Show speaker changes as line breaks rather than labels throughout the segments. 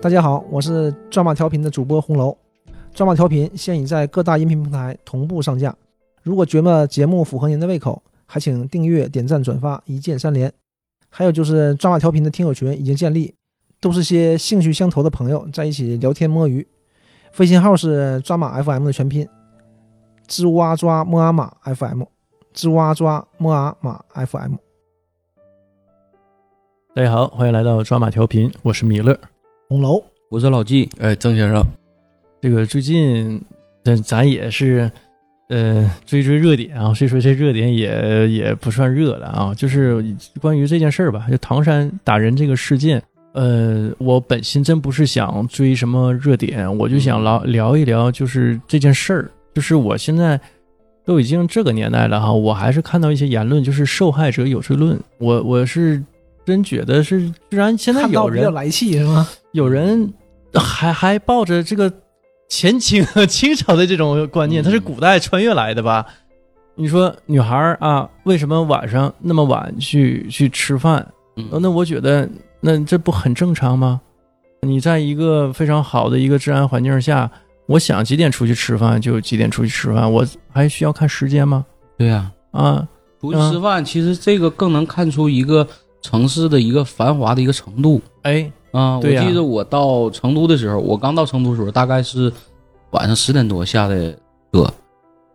大家好，我是抓马调频的主播红楼。抓马调频现已在各大音频平台同步上架。如果觉得节目符合您的胃口，还请订阅、点赞、转发，一键三连。还有就是抓马调频的听友群已经建立，都是些兴趣相投的朋友在一起聊天摸鱼。微信号是抓马 FM 的全拼，吱哇抓摸阿啊玛 FM，吱哇抓摸啊阿玛 FM。
大家好，欢迎来到抓马调频，我是米勒。
红楼，
我是老纪，
哎，郑先生，
这个最近，咱咱也是，呃，追追热点啊。虽说这热点也也不算热了啊，就是关于这件事儿吧，就唐山打人这个事件。呃，我本心真不是想追什么热点，我就想聊聊一聊，就是这件事儿。就是我现在都已经这个年代了哈，我还是看到一些言论，就是受害者有罪论。我我是真觉得是，居然现在
看到
有
比
人
较来气是吗？
有人还还抱着这个前清清朝的这种观念，它是古代穿越来的吧？你说女孩儿啊，为什么晚上那么晚去去吃饭？
嗯哦
呃那我觉得那这不很正常吗？你在一个非常好的一个治安环境下，我想几点出去吃饭就几点出去吃饭，我还需要看时间吗？
对呀、
啊，
出去吃饭，其实这个更能看出一个城市的一个繁华的一个程度
哎，
啊。我
对呀
记得我到成都的时候，我刚到成都的时候，大概是晚上十点多下的车，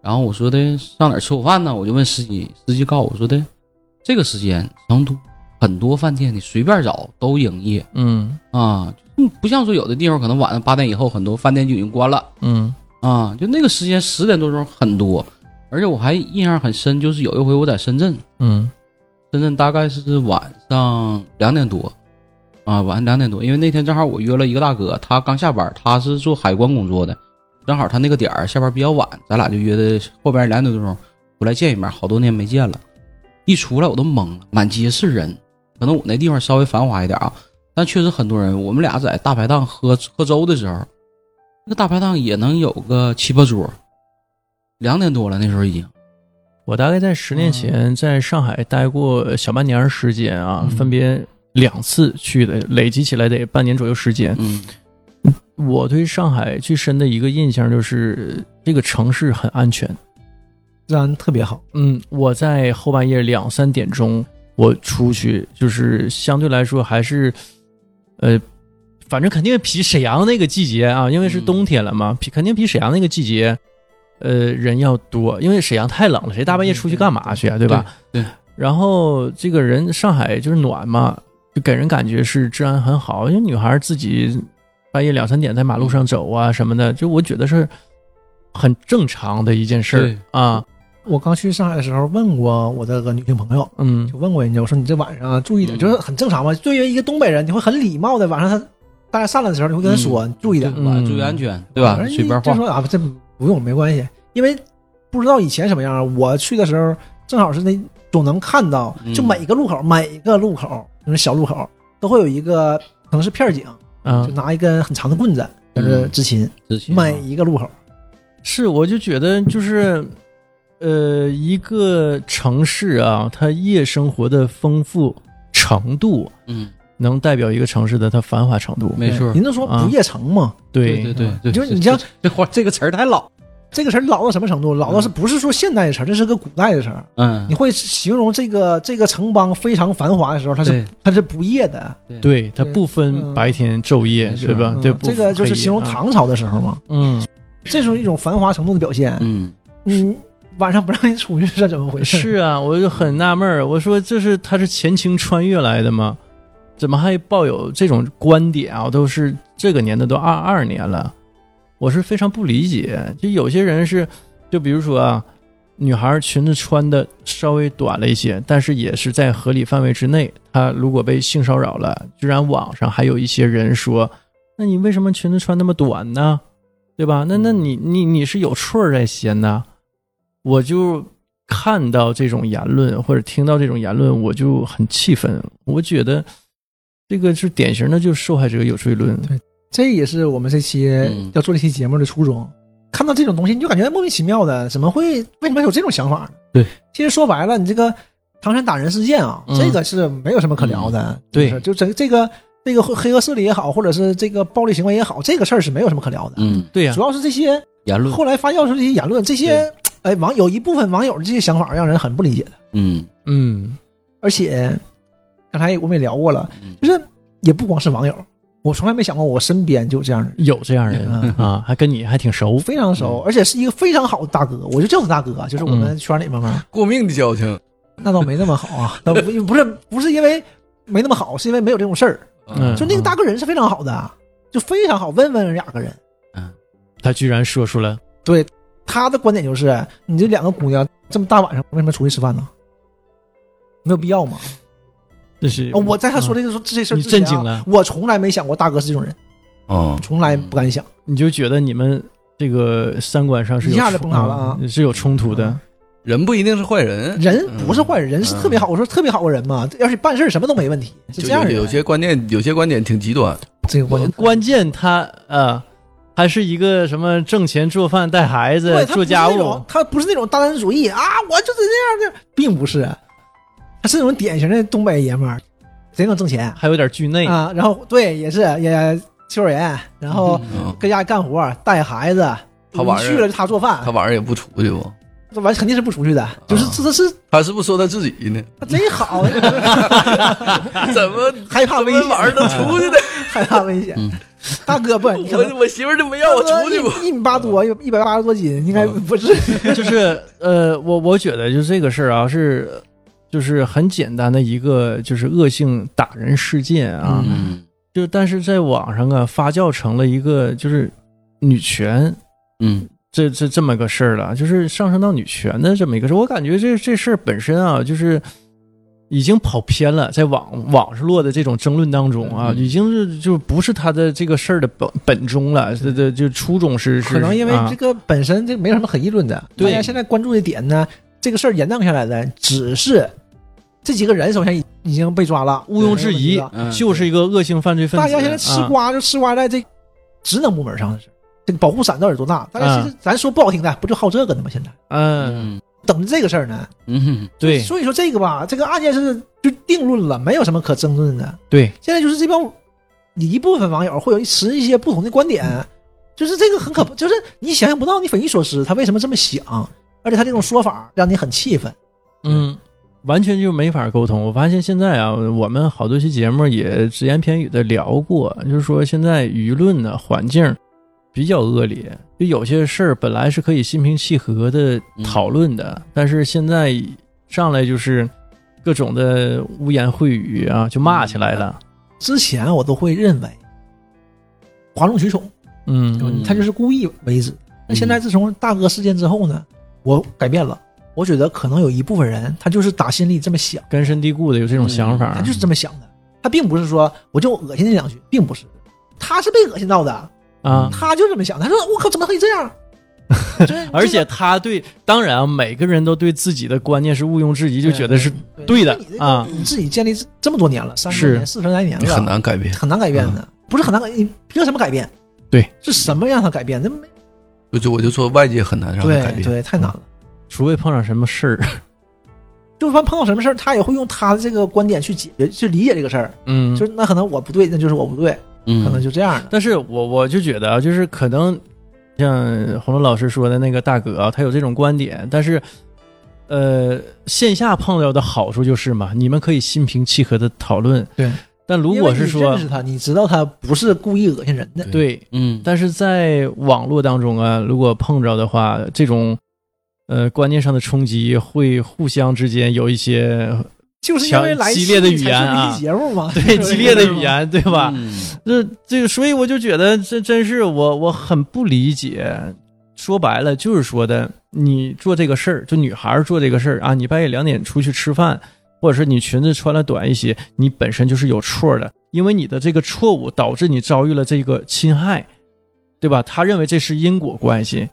然后我说的上哪儿吃午饭呢？我就问司机，司机告诉我说的，这个时间成都很多饭店你随便找都营业
嗯
啊，嗯不像说有的地方可能晚上八点以后很多饭店就已经关了。
嗯
啊，就那个时间十点多钟很多，而且我还印象很深，就是有一回我在深圳，
嗯
深圳大概是晚上两点多，啊，晚上两点多，因为那天正好我约了一个大哥，他刚下班，他是做海关工作的，正好他那个点儿下班比较晚，咱俩就约的后边两点多钟出来见一面，好多年没见了，一出来我都懵了，满街是人，可能我那地方稍微繁华一点啊，但确实很多人。我们俩在大排档喝喝粥的时候，那个大排档也能有个七八桌，两点多了那时候已经，
我大概在十年前在上海待过小半年儿时间啊，
嗯
分别两次去的，累积起来得半年左右时间。
嗯
我对上海最深的一个印象就是这个城市很安全。
治安特别好，
嗯，我在后半夜两三点钟我出去，就是相对来说还是，呃，反正肯定比沈阳那个季节啊，因为是冬天了嘛，比肯定比沈阳那个季节，呃，人要多，因为沈阳太冷了，谁大半夜出去干嘛去啊，对吧？
对对
然后这个人上海就是暖嘛，就给人感觉是治安很好，因为女孩自己半夜两三点在马路上走啊什么的，就我觉得是很正常的一件事儿
对
啊，
我刚去上海的时候问过我这个女性朋友，
嗯，
就问过人家，我说你这晚上啊注意点，
嗯
就是很正常嘛。对于一个东北人，你会很礼貌的，晚上他大家散了的时候，你会跟他说、你注意点，
嗯
晚上注意安全，对吧
反？正
随便
就
晃，
说啊，这不用没关系，因为不知道以前什么样啊。我去的时候正好是那总能看到，
嗯
就每个路口、每个路口就是小路口都会有一个可能是片儿警，
嗯
啊
就，拿一根很长的棍子在这执勤，
之前啊
每一个路口。
是，我就觉得就是，呃，一个城市啊，它夜生活的丰富程度，
嗯，
能代表一个城市的它繁华程度。
没错嗯
您，就说
啊
不夜城嘛，
对
对对对，
嗯就
这
你像
这这话这个词儿太老，
这个词儿老到什么程度？老到是不是说现代的词儿？这是个古代的词儿。
嗯
你，会形容这个这个城邦非常繁华的时候，它是
对
它是不夜的，
对，它
对
不分
嗯
白天昼夜，
没错
对吧？
嗯
对，不
这个就是
分
形容
黑夜啊
唐朝的时候嘛，
嗯，
这是一种繁华程度的表现。
嗯，
嗯，晚上不让你出去是怎么回事？
是啊，我就很纳闷儿，我说这是他是前清穿越来的吗？怎么还抱有这种观点啊？我都是这个年代都二二年了，我是非常不理解。就有些人是，就比如说啊，女孩儿裙子穿的稍微短了一些，但是也是在合理范围之内。她如果被性骚扰了，居然网上还有一些人说，那你为什么裙子穿那么短呢？对吧？那
嗯
那你你你是有错儿在先呐。我就看到这种言论或者听到这种言论，我就很气愤。我觉得这个是典型的，就是受害者有罪论。
这也是我们这期
嗯
要做这期节目的初衷。看到这种东西，你就感觉莫名其妙的，怎么会为什么有这种想法呢？
对，
其实说白了，你这个唐山打人事件啊，
嗯
嗯
这个是没有什么可聊的，
对
就是就这这个。这个黑黑恶势力也好，或者是这个暴力行为也好，这个事儿是没有什么可聊的。
嗯，
对呀、
主要是这些
言论，
后来发酵出这些言论，这些哎网有一部分网友的这些想法让人很不理解的。
嗯
嗯，
而且刚才我们也聊过了，
嗯
就是也不光是网友，我从来没想过我身边就有这样的人。
有这样人
嗯
啊，还跟你还挺 熟
我，非常
嗯
熟，而且是一个非常好的大哥，我就叫他大哥，啊就是我们圈里面嘛，
过命的交情，
那倒没那么好啊，那不不是不是因为没那么好，是因为没有这种事儿。
嗯
就那个大哥人是非常好的，啊就非常好，温温雅个人。
他居然说出了，
对他的观点就是，你这两个姑娘这么大晚上为什么出去吃饭呢？没有必要嘛。
这是、
哦我在他说这个说这事儿
嗯你
之前啊
震惊了
我从来没想过大哥是这种人，
哦，
从来不敢想。
你就觉得你们这个三观上是有
一下就崩
冲
塌了啊嗯
嗯是有冲突的。嗯
人不一定是坏人，
人不是坏人，人是特别好，我说特别好的人嘛，而且办事儿什么都没问题，是
就
这样的
有
人。
有些观念，有些观点挺极端，
这个观点，
嗯关键他呃，还是一个什么挣钱、做饭、带孩子
对、他不
做
是
家
那
务
种，，他不是那种大男子主义啊，我就是这样的，并不是，他是那种典型的东北爷们儿，贼能挣钱
还有点惧内。
啊，然后对，也是也幼儿园，然后
嗯，
跟家干活带孩子，
他晚上
去了就他做饭
他，晚啊上也不出去不？
这完肯定是不出去的，就是这这是
他是不是说他自己 呢？
他贼好，
怎么
害怕
怎
危
么晚上
险，
能出去的？
害怕危险
嗯，
大哥不， 你可能
我我媳妇儿就没让我出去不？啊
一一米八多，一一百八十多斤，应该不是。
就是呃，我我觉得就这个事儿啊，是就是很简单的一个就是恶性打人事件啊，
嗯
嗯
就但是在网上啊发酵成了一个就是女权
嗯
这这这么个事儿了，就是上升到女权的这么一个事儿。我感觉这这事儿本身啊，就是已经跑偏了，在网网上落的这种争论当中啊，
嗯
已经是就不是他的这个事儿的本本中了，这这就初衷是是
可能因为
啊
这个本身这没有什么可议论的，
对
大家现在关注的点呢，这个事儿延宕下来的只是这几个人首先已已经被抓了，
毋庸置
没
疑
有问题了
嗯，
就是一个恶性犯罪分子。
大家现在吃
啊
瓜就吃瓜在这职能部门上的事儿，这个保护伞到底有多大？大家其实
啊
咱说不好听的，不就好这个呢吗？现在
嗯，
嗯
等着这个事儿呢。
嗯
对
所以说这个吧，这个案件是就定论了，没有什么可争论的。
对，
现在就是这帮一部分网友会有持一些不同的观点，
嗯
就是这个很可，就是你想象不到，你匪夷所思，他为什么这么想，而且他这种说法让你很气愤。
嗯，完全就没法沟通。我发现现在啊，我们好多期节目也只言片语的聊过，就是说现在舆论呢环境比较恶劣，就有些事儿本来是可以心平气和的讨论的，但是现在上来就是各种的污言秽语啊，就骂起来了。
之前我都会认为哗众取宠，
嗯
他就是故意为之。那现
嗯
在自从大哥事件之后呢，我改变了，我觉得可能有一部分人他就是打心里这么想，
根深蒂固的有这种想法，
他就是这么想的，他并不是说我就恶心你两句，并不是，他是被恶心到的，
啊。
他就这么想，他说：“我靠，怎么可以这样？” 真
而且他对，当然啊每个人都对自己的观念是毋庸置疑，就觉得是
真
对的
因为你这个
啊。
你自己建立这么多年了，三十
是嗯
年、四十来年
你
了，
很难改变，
很难改变的，不是很难改，你凭什么改变？
对，
是什么让他改变？那没
就就我就说外界很难让他改
对
变，
对，太难了。
除非碰上什么事儿，嗯
就算碰到什么事儿，他也会用他的这个观点去解决、去理解这个事儿。
嗯，
就是那可能我不对，那就是我不对，
嗯，
可能就这样的。
但是我我就觉得啊，就是可能像红楼老师说的那个大哥啊，他有这种观点，但是呃，线下碰到的好处就是嘛，你们可以心平气和的讨论。
对。
但如
因为
果是
你
说
认识他，你知道他不是故意恶心人的，
对，
嗯，
但是在网络当中啊，如果碰着的话，这种呃观念上的冲击会互相之间有一些
就是因为来
强激烈的语言
才做
啊
这期节目嘛，
对激烈的语言，对吧？
嗯？
这这，所以我就觉得这真是我我很不理解。说白了就是说的，你做这个事儿，就女孩儿做这个事儿啊，你半夜两点出去吃饭，或者是你裙子穿了短一些，你本身就是有错的，因为你的这个错误导致你遭遇了这个侵害，对吧？他认为这是因果关系，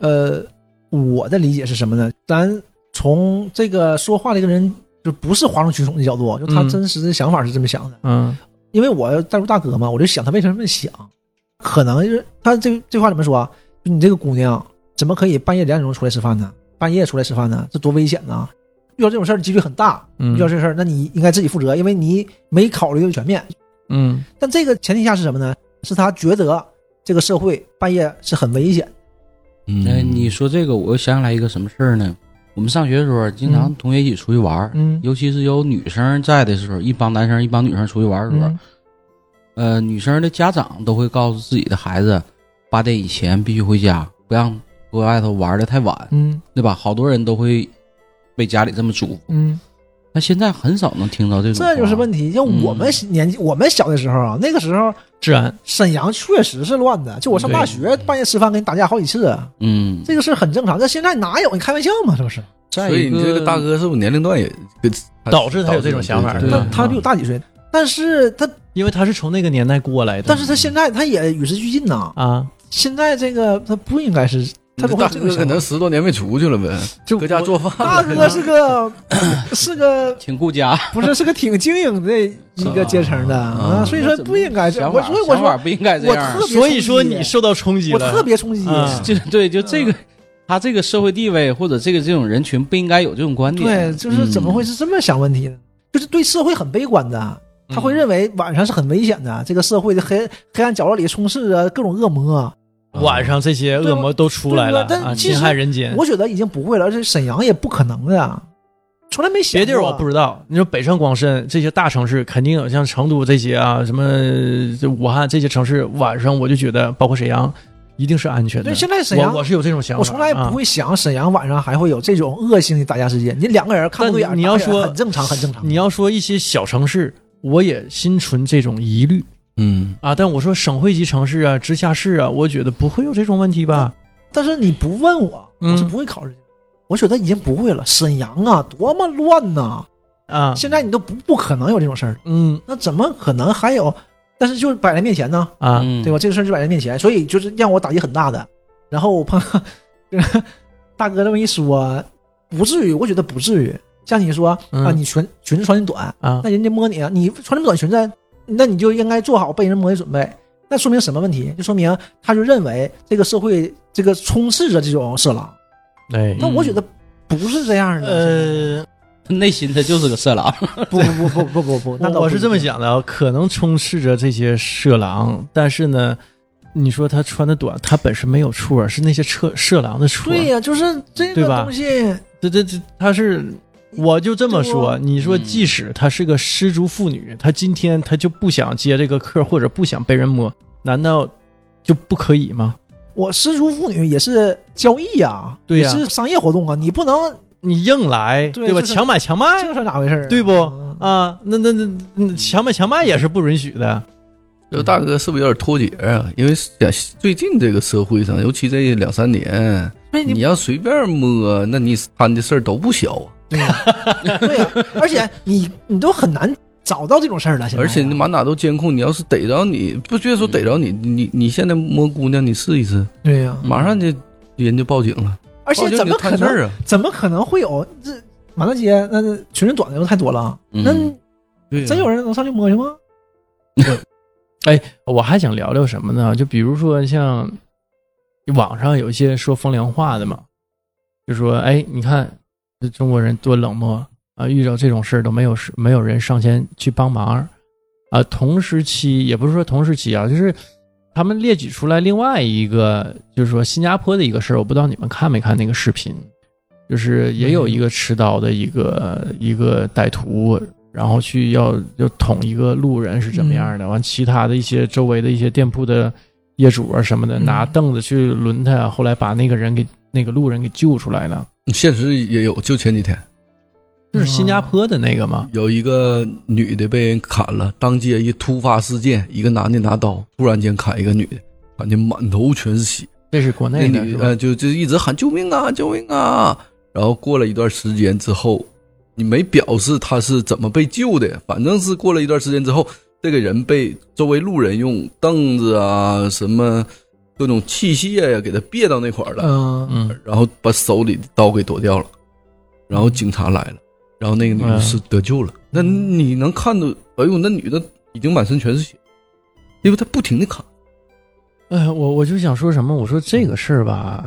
呃，我的理解是什么呢？咱从这个说话这个人，就不是哗众取宠的角度，就他
嗯
真实的想法是这么想的。
嗯
因为我带入大哥嘛，我就想他为什么这么想，啊可能就是他这这话怎么说啊？就你这个姑娘怎么可以半夜两点钟出来吃饭呢？半夜出来吃饭呢，这多危险呐！遇到这种事儿几率很大，
嗯
遇到这事儿，那你应该自己负责，因为你没考虑的全面。
嗯
但这个前提下是什么呢？是他觉得这个社会半夜是很危险，
嗯
哎，你说这个，我又想起来一个什么事儿呢？我们上学的时候，经常
嗯
同学一起出去玩儿，
嗯
尤其是有女生在的时候，一帮男生一帮女生出去玩儿的时候，
嗯
呃，女生的家长都会告诉自己的孩子，八点以前必须回家，不让搁外头玩的太晚，
嗯
对吧？好多人都会被家里这么嘱咐。
嗯，
那现在很少能听到这种话，
这就是问题。像我们年纪，我们小的时候啊，那个时候
治安，
沈阳确实是乱的，就我上大学半夜吃饭跟你打架好几次，啊
嗯，
这个事儿很正常。这现在哪有？你开玩笑吗？这不是？
再
所以
一
你这个大哥是不是年龄段也给
导致他有这种想法
导致
对
他
啊
他比我大几岁，但是他
因为他是从那个年代过来的，
但是他现在他也与时俱进呐。
啊，
现在这个他不应该是他不
你这
会
大
有这种
哥可
想法
能十多年没出去了呗，
就
搁家
我
做饭
大
了。
哥是个是个
挺顾家
不是是个挺精英的一个阶层的啊，所以说不应该这样。
想
我
法
所以我
想法
说
不应该这
我
样
特。别
所以说
冲击
你受到冲击
我
了，
特别冲击，
嗯
就对，就这个，他这个社会地位或者这个这种人群不应该有这种观点。
对，
嗯
就是怎么会是这么想问题呢？就是对社会很悲观的，他
嗯
会认为晚上是很危险的，这个社会的黑黑暗角落里充斥着各种恶魔。
啊
晚上这些恶魔都出来了
对我对我
啊，
但其实
侵害人间。
我觉得已经不会了，而且沈阳也不可能的，从来没想过。
别地儿我不知道，你说北上广深这些大城市，肯定有像成都这些啊，什么就武汉这些城市，晚上我就觉得，包括沈阳，一定是安全的
对，。现在沈阳
我我是有这种想法，
我从来不
啊。
会想沈阳晚上还会有这种恶性的打架事件。你两个人看不对眼，
但你要说
打架很正常，很正常。
你要说一些小城市，我也心存这种疑虑
嗯，
啊。但我说省会级城市啊、直辖市啊，我觉得不会有这种问题吧？
但是你不问我，
嗯
我是不会考虑的。我觉得已经不会了。沈阳啊，多么乱呐、
啊，
现在你都不不可能有这种事儿，
嗯
那怎么可能还有？但是就是摆在面前呢，
啊，
嗯
对吧？？这个事儿就摆在面前，所以就是让我打击很大的。然后我碰 大哥这么一说，不至于，我觉得不至于。像你说啊，
嗯
你裙裙子穿的短，
啊，
那人家摸你啊，你穿这么短裙子，那你就应该做好被人摸的准备。那说明什么问题？就说明他就认为这个社会这个充斥着这种色狼。
哎，
但我觉得不是这样的。
呃，
他内心他就是个色狼。
呃，不不不不不不不，那倒
我是
不
这么
一定。
想的啊，可能充斥着这些色狼，但是呢，你说他穿的短，他本身没有错，是那些色色狼的错。
对呀、就是这
对
个
吧
东西，
这这这，他是，
嗯
我就这么说，
对
你说
嗯
即使她是个失足妇女，她今天她就不想接这个客，或者不想被人摸，难道就不可以吗？
我失足妇女也是交易呀、
对呀
也是商业活动啊，你不能
你硬来，
对
对吧？
就是
强买强卖
这个算咋回事儿啊、
对不
嗯
啊，那那那那强买强卖也是不允许的。
就大哥是不是有点脱节啊？因为在最近这个社会上，尤其这两三年，
对
你
你
要随便摸，那你摊的事儿都不小啊。
对呀、而且你你都很难找到这种事儿了。现在
而且你满哪都监控，你要是逮着你，不觉得说逮着你，你你现在摸姑娘，你试一试，
对呀、
马上就人就报警了。
嗯而
报
且
警
怎
你
么
就
可
摊事
能
儿啊？
怎么可能会有这满大街那那裙子短的又太多了？
嗯
那
对呀啊
真有人能上去摸去吗？
我还想聊聊什么呢？就比如说像网上有一些说风凉话的嘛，就说哎，你看这中国人多冷漠啊，遇到这种事儿都没有事没有人上前去帮忙啊。同时期也不是说同时期啊，就是他们列举出来另外一个，就是说新加坡的一个事儿，我不知道你们看没看那个视频，就是也有一个持刀的一个一个歹徒，然后去要要捅一个路人是怎么样的，完其他的一些周围的一些店铺的业主啊什么的，
嗯
拿凳子去抡他，后来把那个人给那个路人给救出来了，
嗯现实也有，就前几天
就是新加坡的那个嘛，
有一个女的被人砍了，当街一突发事件，一个男的拿刀突然间砍一个女的，砍的满头全是血。
这是国
那
内的
女
是吧
呃，就就一直喊救命啊，救命啊！然后过了一段时间之后，你没表示她是怎么被救的，反正是过了一段时间之后，这个人被周围路人用凳子啊、什么各种器械呀、给他别到那块儿了，
嗯，
嗯，
然后把手里的刀给夺掉了，然后警察来了，然后那个女的
嗯
是得救了。那你能看到，哎呦，那女的已经满身全是血，因为她不停的砍。
哎，我我就想说什么，我说这个事儿吧。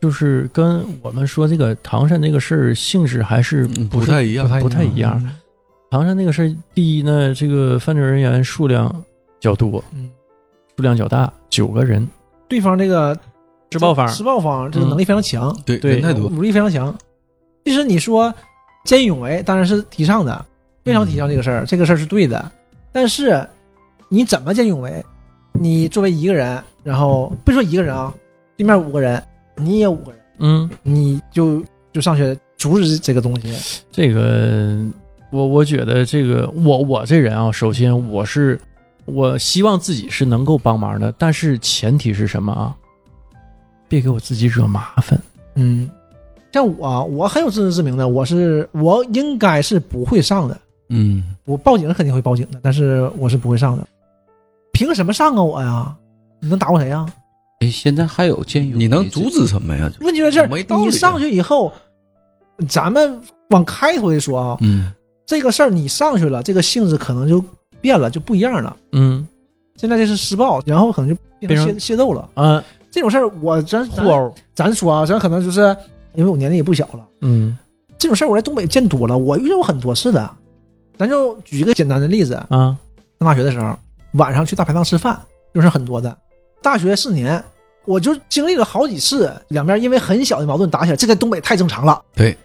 就是跟我们说这个唐山这个事儿性质还是
嗯
不
不
是
太一样
不太一样。唐山那个事儿，第一呢，这个犯罪人员数量较多，
嗯，
数量较大，九个人，
对方这个
施暴方
施暴方这个
嗯
能力非常强，
对
对
人太多，
呃武力非常强。其实你说见义勇为，当然是提倡的，非常提倡这个事儿，这个事儿是对的。但是你怎么见义勇为？你作为一个人，然后别说一个人啊，对面五个人，你也五个人，
嗯，
你就就上去阻止这个东西。
这个我我觉得这个我我这人啊，首先我是我希望自己是能够帮忙的，但是前提是什么啊？别给我自己惹麻烦。
嗯，像我啊，我很有自知之明的，我是我应该是不会上的。
嗯，
我报警肯定会报警的，但是我是不会上的。凭什么上啊我呀？你能打过谁啊呀？
哎，现在还有见义勇为
你能
这
阻止什么呀？
问题在这儿，
没道理啊
你上去以后，咱们往开头的说啊，
嗯，
这个事儿你上去了，这个性质可能就变了，就不一样了。
嗯
现在这是施暴，然后可能就变成
变
械械斗了。
啊，
这种事儿，我咱
互
咱
殴，
咱说啊，咱可能就是因为我年龄也不小了，
嗯
这种事儿我在东北见多了，我遇见过很多次的。咱就举一个简单的例子，
啊，
上大学的时候，晚上去大排档吃饭，就是很多的。大学四年，我就经历了好几次，两边因为很小的矛盾打起来，这在东北太正常了。
对，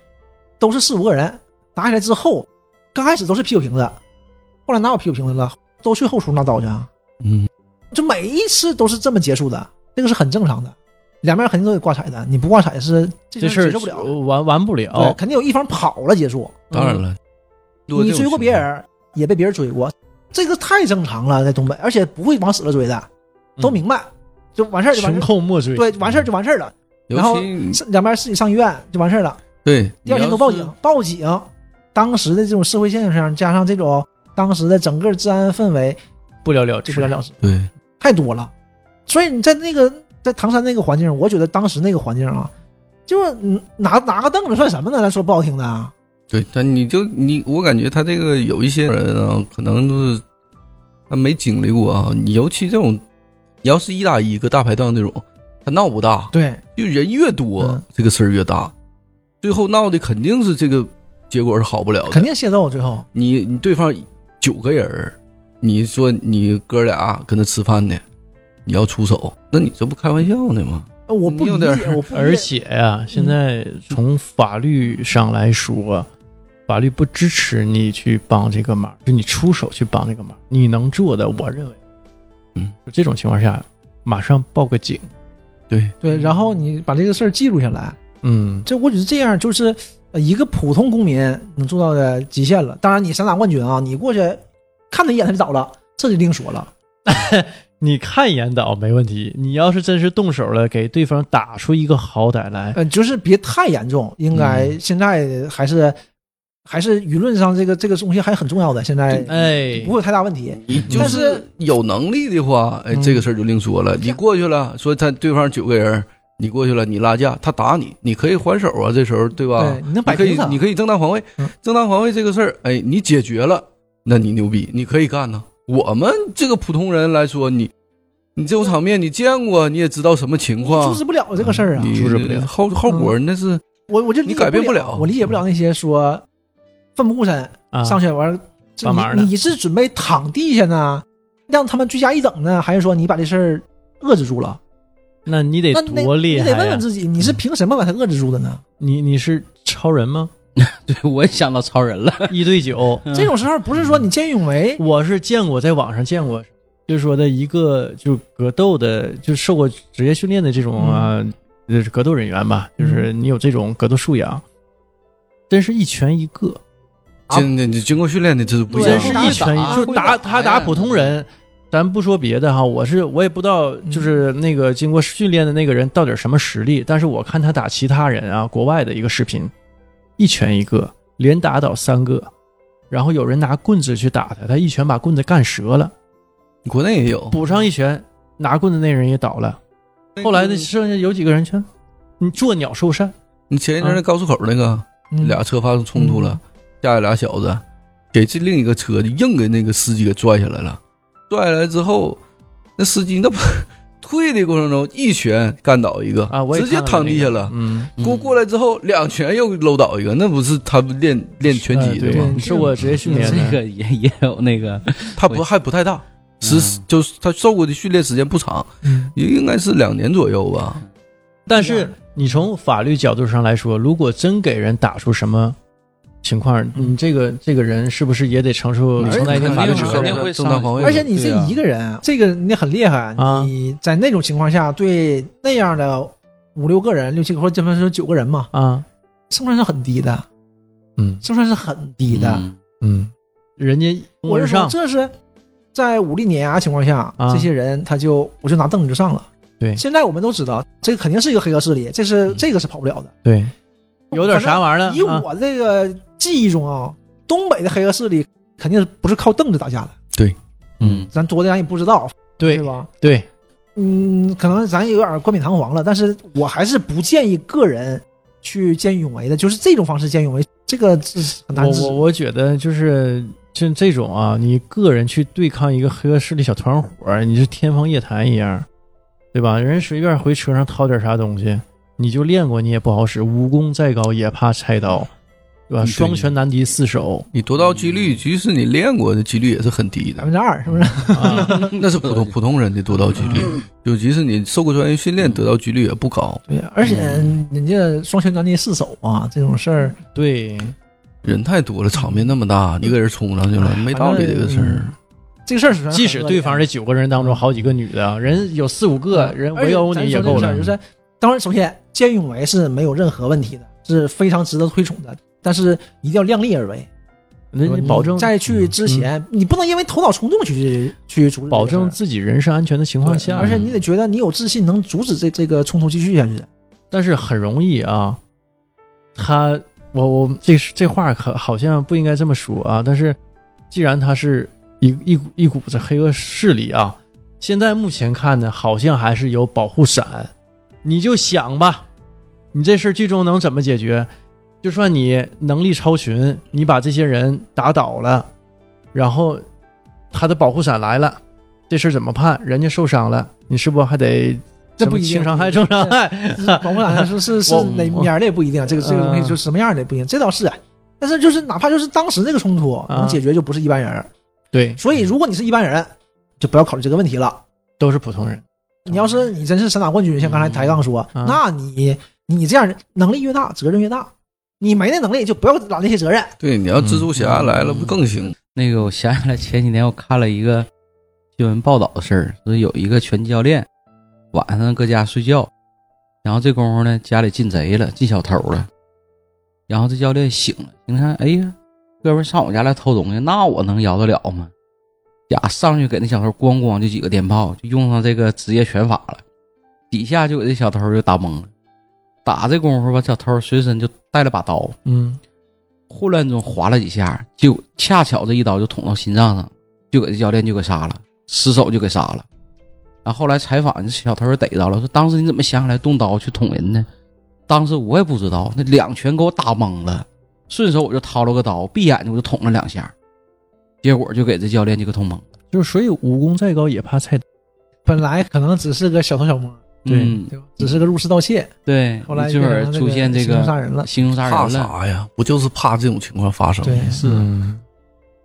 都是四五个人打起来之后，刚开始都是啤酒瓶子，后来哪有啤酒瓶子了？都去后厨拿刀去啊！
嗯，
就每一次都是这么结束的，这个是很正常的。两边肯定都得挂彩的，你不挂彩是哦
这
这
事
事儿接
儿
受不了，
完完不
对，
了。
肯定有一方跑了结束。
当然了，多
你
这种
追过别人，也被别人追过，这个太正常了，在东北，而且不会往死了追的，
嗯
都明白，就完事儿就完
嗯穷
事儿，
寇莫追。
对，完事儿就完事儿了。
情
然后
况，尤其
上两边自己上医院就完事儿了，
对，
第二天都报警，报警。当时的这种社会现象，加上这种当时的整个治安氛围，
不了了
就
之，
不了了之，
你要是。
太多了。所以你在那个在唐山那个环境，我觉得当时那个环境啊，就是嗯拿拿个凳子算什么呢？咱说不好听的啊，
对对，但你就你，我感觉他这个有一些人啊，可能就是他没经历过啊。你尤其这种，你要是一打一个大排档这种，他闹不大，
对，
就人越多，
嗯
这个事儿越大，最后闹的肯定是这个结果是好不了的。
肯定械斗最后。
你你对方九个人儿，你说你哥俩跟他吃饭呢，你要出手，那你这不开玩笑呢吗？
我不
你有
理
点
解，我不嗯理
而
解
且呀、现在从法律上来说，法律不支持你去帮这个忙，就你出手去帮这个忙。你能做的，我认为，
嗯，
就这种情况下，马上报个警。
对，
对，然后你把这个事儿记录下来，
嗯，
这我觉得这样就是呃一个普通公民能做到的极限了。当然，你散打冠军啊，你过去看他一眼他就倒了，这就另说了。
你看一眼倒没问题，你要是真是动手了，给对方打出一个好歹来，
呃，就是别太严重，应该
嗯
现在还是、还是舆论上这个这个东西还很重要的，现在
哎
不，会有太大问题。
你就
但是
有能力的话，哎，
嗯
这个事儿就另说了。你过去了，说他对方九个人，你过去了，你拉架，他打你，你可以还手啊，这时候对吧
对，？你能摆
你可
平
以
他，，
你可以正当防卫
嗯，
正当防卫这个事儿，哎，你解决了，那你牛逼，你可以干呢。我们这个普通人来说，你你这种场面你见过，你也知道什么情况
阻，止不了这个事儿啊。
你
阻止不了
后后
嗯
果那是
我我就理解
你改变
不
不了
我理解不了那些说奋不顾身
啊，
上去完了，这
帮忙的
你你是准备躺地下呢，让他们追加一等呢，还是说你把这事儿遏制住了？
那你得
那你得
多厉害
你得问
呀、嗯
问自己，你是凭什么把它遏制住的呢？
你你是超 人吗？
对，我也想到超人了。
一对九，
这种时候不是说你见义勇为，
我是见过，在网上见过，就是说的一个就格斗的，就受过职业训练的这
嗯
种啊，就是格斗人员吧，就是你有这种格斗素养，真是一拳一个，
啊
经经经过训练的，这是不一
对
真
样
是
的。
一拳一
打
就
会
打
打
他
呀
打普通人。咱不说别的哈，我是我也不知道，就是
嗯
那个经过训练的那个人到底什么实力，但是我看他打其他人啊，国外的一个视频，一拳一个，连打倒三个，然后有人拿棍子去打他，他一拳把棍子干折了。
国内也有，
补上一拳，拿棍子那人也倒了。后来那剩下有几个人全，你做鸟兽散，
你前一阵儿那
啊
高速口那个，
嗯
俩车发生冲突了，下来俩小子给这另一个车就硬给那个司机给拽下来了，拽下来之后，那司机那不退的过程中一拳干倒一个
啊，我也
直接
看到
躺
那
地
个
下了。
嗯，
过过来之后，两拳又搂倒一个，那不是他们练练拳击
呃哎对
的吗？
对
是我职业训练
这
的，
个也也有那个
他不还不太大，十
嗯
就是他受过的训练时间不长，
嗯，
也应该是两年左右吧。
但是你从法律角度上来说，如果真给人打出什么情况，你这个这个人是不是也得承受
嗯
承担一定法律责
肯
任
定？会上
而且你这一个人，啊、这个你很厉害，
啊
你在那种情况下对那样的五六个人、六七个或者基本上九个人嘛，
啊，
胜算是很低的，
嗯
胜算是很低的。
嗯
嗯，人家
我
摸
是
着
说，
上，
这是在武力碾压情况下，
啊哎
这些人他就我就拿凳子就上了。
对
现在我们都知道，这个肯定是一个黑恶势力，这
嗯
是这个是跑不了的。
对，有点啥玩意儿
以
了啊？
我这个记忆中啊，东北的黑恶势力肯定是不是靠凳子打架的，
嗯
咱多的咱也不知道，
对
吧？
对，
嗯，可能咱也有点冠冕堂皇了，但是我还是不建议个人去见义勇为的，就是这种方式见义勇为，这个是很难
我
治。
我我觉得就是像这种啊，你个人去对抗一个黑恶势力小团伙儿，你是天方夜谭一样，对吧？人随便回车上掏点啥东西，你就练过你也不好使，武功再高也怕菜刀，对吧？
嗯对
双拳难敌四手，
你得到几
嗯
率，即使你练过的几率也是很低
百分，
的
之二是不是？
啊、
嗯 那是普通普通人的得到几率，
嗯
就即使你受过专业训练，得到几率也不高。
对呀，而且
嗯
人家双拳难敌四手啊，这种事儿
对，
人太多了，场面那么大，一个人冲上去了，没道理这个事儿。
嗯
嗯这个事儿是很恶劣
即使对
啊
方这九个人当中好几个女的，人有四五个人
嗯而且
围殴你也
咱说这
够
个事
了
儿，就是，当然，首先见义勇为是没有任何问题的，是非常值得推崇的，但是一定要量力而为。
那你保证嗯
在去之前，你不能因为头脑冲动去去阻止这个事儿，
保证自己人身安全的情况
对
下，嗯
而且你得觉得你有自信能阻止这这个冲突继续下去。
但是很容易啊，他我我这是这话可好像不应该这么说啊，但是既然他是一一股一股子黑恶势力啊，现在目前看呢，好像还是有保护伞，你就想吧，你这事儿最终能怎么解决？就算你能力超群，你把这些人打倒了，然后他的保护伞来了，这事儿怎么判？人家受伤了，你是不是还得
这不一定
轻伤害、重伤 害？
保护伞是是是
我嗯
哪面儿的也不一定，这个这个东西就是什么样的也不一定，这倒是。啊但是就是哪怕就是当时那个冲突
啊
能解决，就不是一般人儿。
对，
所以如果你是一般人，就不要考虑这个问题了。
都是普通人。
你要是你真是散打冠军，像刚才抬杠说，
嗯
那
啊
你你这样人能力越大，责任越大。你没那能力，就不要揽那些责任。
对，你要蜘蛛侠来了不更行？
那个，我想起来前几天我看了一个新闻报道的事儿，说有一个拳击教练晚上搁家睡觉，然后这功夫呢家里进贼了，进小偷了，然后这教练醒了，你看，哎呀，哥们儿上我家来偷东西，那我能饶得了吗？呀，上去给那小偷咣咣就几个电炮，就用上这个职业拳法了，底下就给这小偷就打懵了。打这功夫吧，小偷随身就带了把刀，
嗯，
混乱中划了几下，就恰巧这一刀就捅到心脏上，就给这教练就给杀了，失手就给杀了。然后后来采访这小偷逮着了，说当时你怎么想起来动刀去捅人呢？当时我也不知道，那两拳给我打懵了，顺手我就掏了个刀，闭眼睛我就捅了两下，结果就给这教练就给捅懵了。
就是所以武功再高也怕菜刀。
本来可能只是个小偷小摸，
对
嗯、
对吧？只是个入室盗窃，
对，
后来
这会
变
儿
成了
出现这
行凶杀
个
人了。
行凶杀
怕啊
人了，
啥呀？不就是怕这种情况发生？
对，
是啊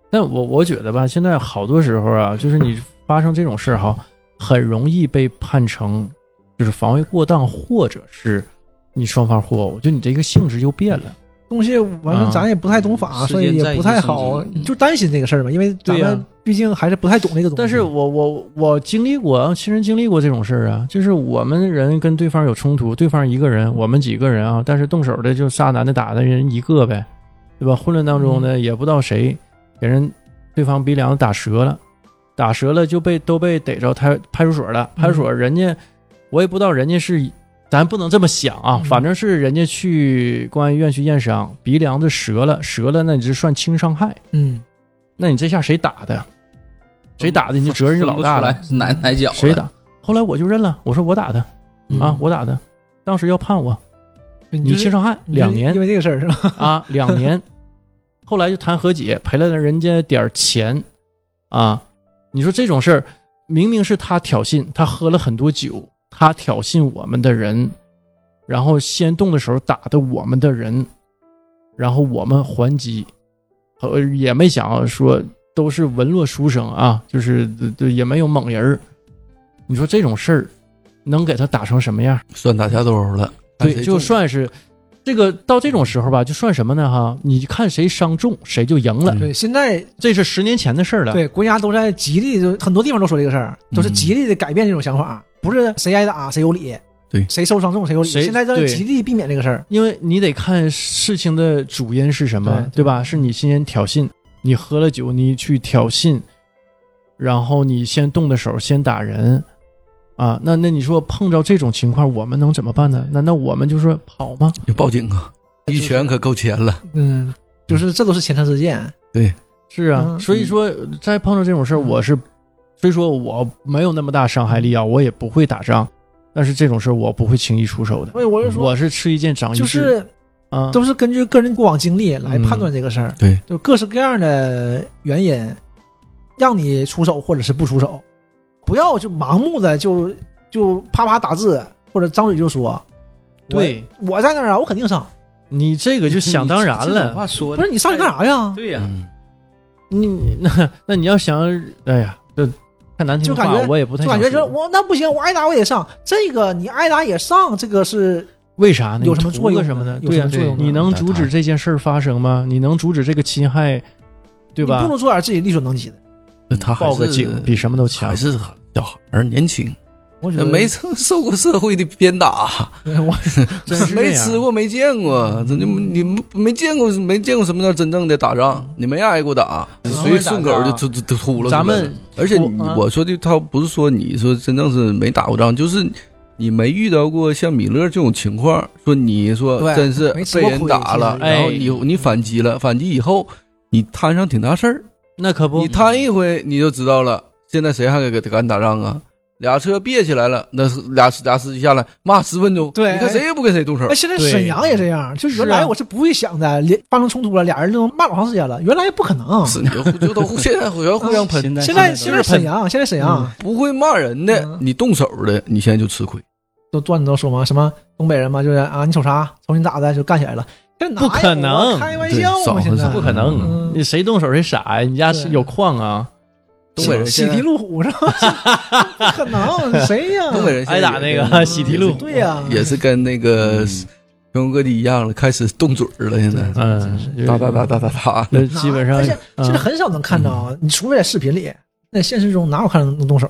但我我觉得吧，现在好多时候啊，就是你发生这种事儿哈，很容易被判成就是防卫过当，或者是你双方互殴，就你这个性质就变了。
东西完了，
啊
咱也不太懂法，
嗯
所以也不太好
时间在于自己，
就担心这个事儿嘛。因为咱
对
们
呀
毕竟还是不太懂这个东西。
但是我我我经历过，亲身经历过这种事儿啊，就是我们人跟对方有冲突，对方一个人，我们几个人啊，但是动手的就仨男的打的人一个呗，对吧？混乱当中
嗯
呢，也不知道谁给人对方鼻梁子打折了，打折了就被都被逮着派派出所了，
嗯
派出所人家我也不知道人家是。咱不能这么想啊，
嗯
反正是人家去公安医院去验伤，鼻梁子折了，折了那你就算轻伤害，
嗯，
那你这下谁打的？谁打的？你责任就老大了。
分不出来是哪哪脚了
谁？打？后来我就认了，我说我打的啊
嗯，
我打的，当时要判我，你
就是
轻伤害
你就是
两年
因为这个事儿是吧？
啊，两年。后来就谈和解，赔了人家点儿钱啊。你说这种事儿，明明是他挑衅，他喝了很多酒，他挑衅我们的人，然后先动的时候打的我们的人，然后我们还击，呃，也没想说都是文弱书生啊，就是对对也没有猛人儿。你说这种事儿能给他打成什么样？
算打架斗殴了。看
对，
谁
就
重
算是这个到这种时候吧，就算什么呢？哈，你看谁伤重，谁就赢了。
嗯
对，现在
这是十年前的事儿了。
对国家都在极力，就很多地方都说这个事儿，都是
嗯
极力的改变这种想法，不是谁挨打谁有理，
对
谁受伤重谁有理。
谁
现在在
对
极力避免这个事儿，
因为你得看事情的主因是什么，
对对
对吧？是你先挑衅，你喝了酒，你去挑衅，然后你先动的手，先打人，啊，那那你说碰着这种情况，我们能怎么办呢？难道我们就说跑吗？
你报警啊！一拳可够钱了。
嗯，就是这都是前车之鉴。
是啊，
嗯
所以说再碰到这种事儿，我是，虽说我没有那么大伤害力啊，我也不会打仗，但是这种事儿我不会轻易出手的。
所以我是说，
我是吃一剑长一智，
就是
啊，
都是根据个人过往经历来
嗯
判断这个事儿，
对，
就各式各样的原因，让你出手或者是不出手，不要就盲目的就就啪啪打字或者张嘴就说，
对
我在那儿啊，我肯定上，
你这个就想当然
这种
了。
话说
不是你上去干啥呀？
对呀、
嗯
你那那你要想，哎呀，这太难听
就感
话
觉，
我也不太
就
想
感觉
说
就是我那不行，我挨打我也上，这个你挨打也上，这个是
为啥呢？
有什么
你图
作用
个什么
呢有
对呀
什么作用呢
你能
那
阻止
他
这件事儿发生吗？你能阻止这个侵害，对
你
吧
不？如做点自己力所能及的。
那他还
报个
是
警比什么都强呃
还。是小孩儿年轻，
我觉得
没受受过社会的鞭打，
我
真是这样嗯
没吃过没见过，真的你没见过没见过什么叫真正的打仗，你没挨过打，
嗯
谁顺口就突突突了出来了。
咱们
而且
我
你
啊
我说的他不是说你说真正是没打过仗，就是你没遇到过像米勒这种情况，说你说
对
真是
没吃
被
过
人
亏
打了，
其实哎
然后你你反击了，反击以后你摊上挺大事儿，
那可不
你，摊一回你就知道了，现在谁还敢敢打仗啊？俩车别起来了，那是俩俩司机下来骂十分钟，
对
你看谁也不跟谁动手
哎，，现在
对
沈阳也这样，就原
是
来
啊
我是不会想的，连发生冲突了，俩人就能骂老长时间了，原来不可能。
是你就就都现在互相互相喷，
现在
现在现在
现在都是
沈阳，现在沈阳
不会骂人的
嗯，
你动手的，你现在就吃亏。
都段子都说嘛，什么东北人嘛，就是啊，你瞅啥，瞅你咋的，就干起来了。这哪有啊
不可能
开玩笑
对少
嘛，现在
少
不可能
嗯，
你谁动手谁傻呀？你家是
对
有矿啊？
东北人
喜
现在
提路虎是吧？不可能，谁呀？
东北人现在
挨打那
也
个喜提路，
对呀，
也是跟那个全国各地一样了，开始动嘴儿了。现在
嗯，
打打打打打打，
呃，
哪
基本上
而且
嗯
其实很少能看到，啊你除非在视频里，那现实中哪有看着能动手？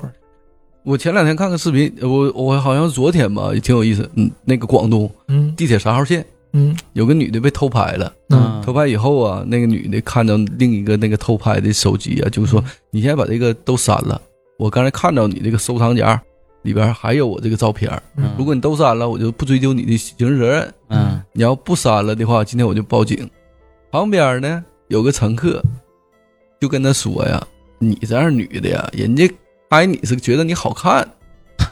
我前两天看个视频，我我好像昨天吧，也挺有意思。嗯，那个广东
嗯
地铁三号线
嗯
有个女的被偷拍了，
嗯
偷拍以后啊，那个女的看到另一个那个偷拍的手机啊，就说：“你现在把这个都删了，我刚才看到你这个收藏夹里边还有我这个照片儿，
嗯
如果你都删了，我就不追究你的刑事责任。
嗯
你要不删了的话，今天我就报警。旁边呢有个乘客，就跟他说呀：“你这样女的呀，人家拍你是觉得你好看，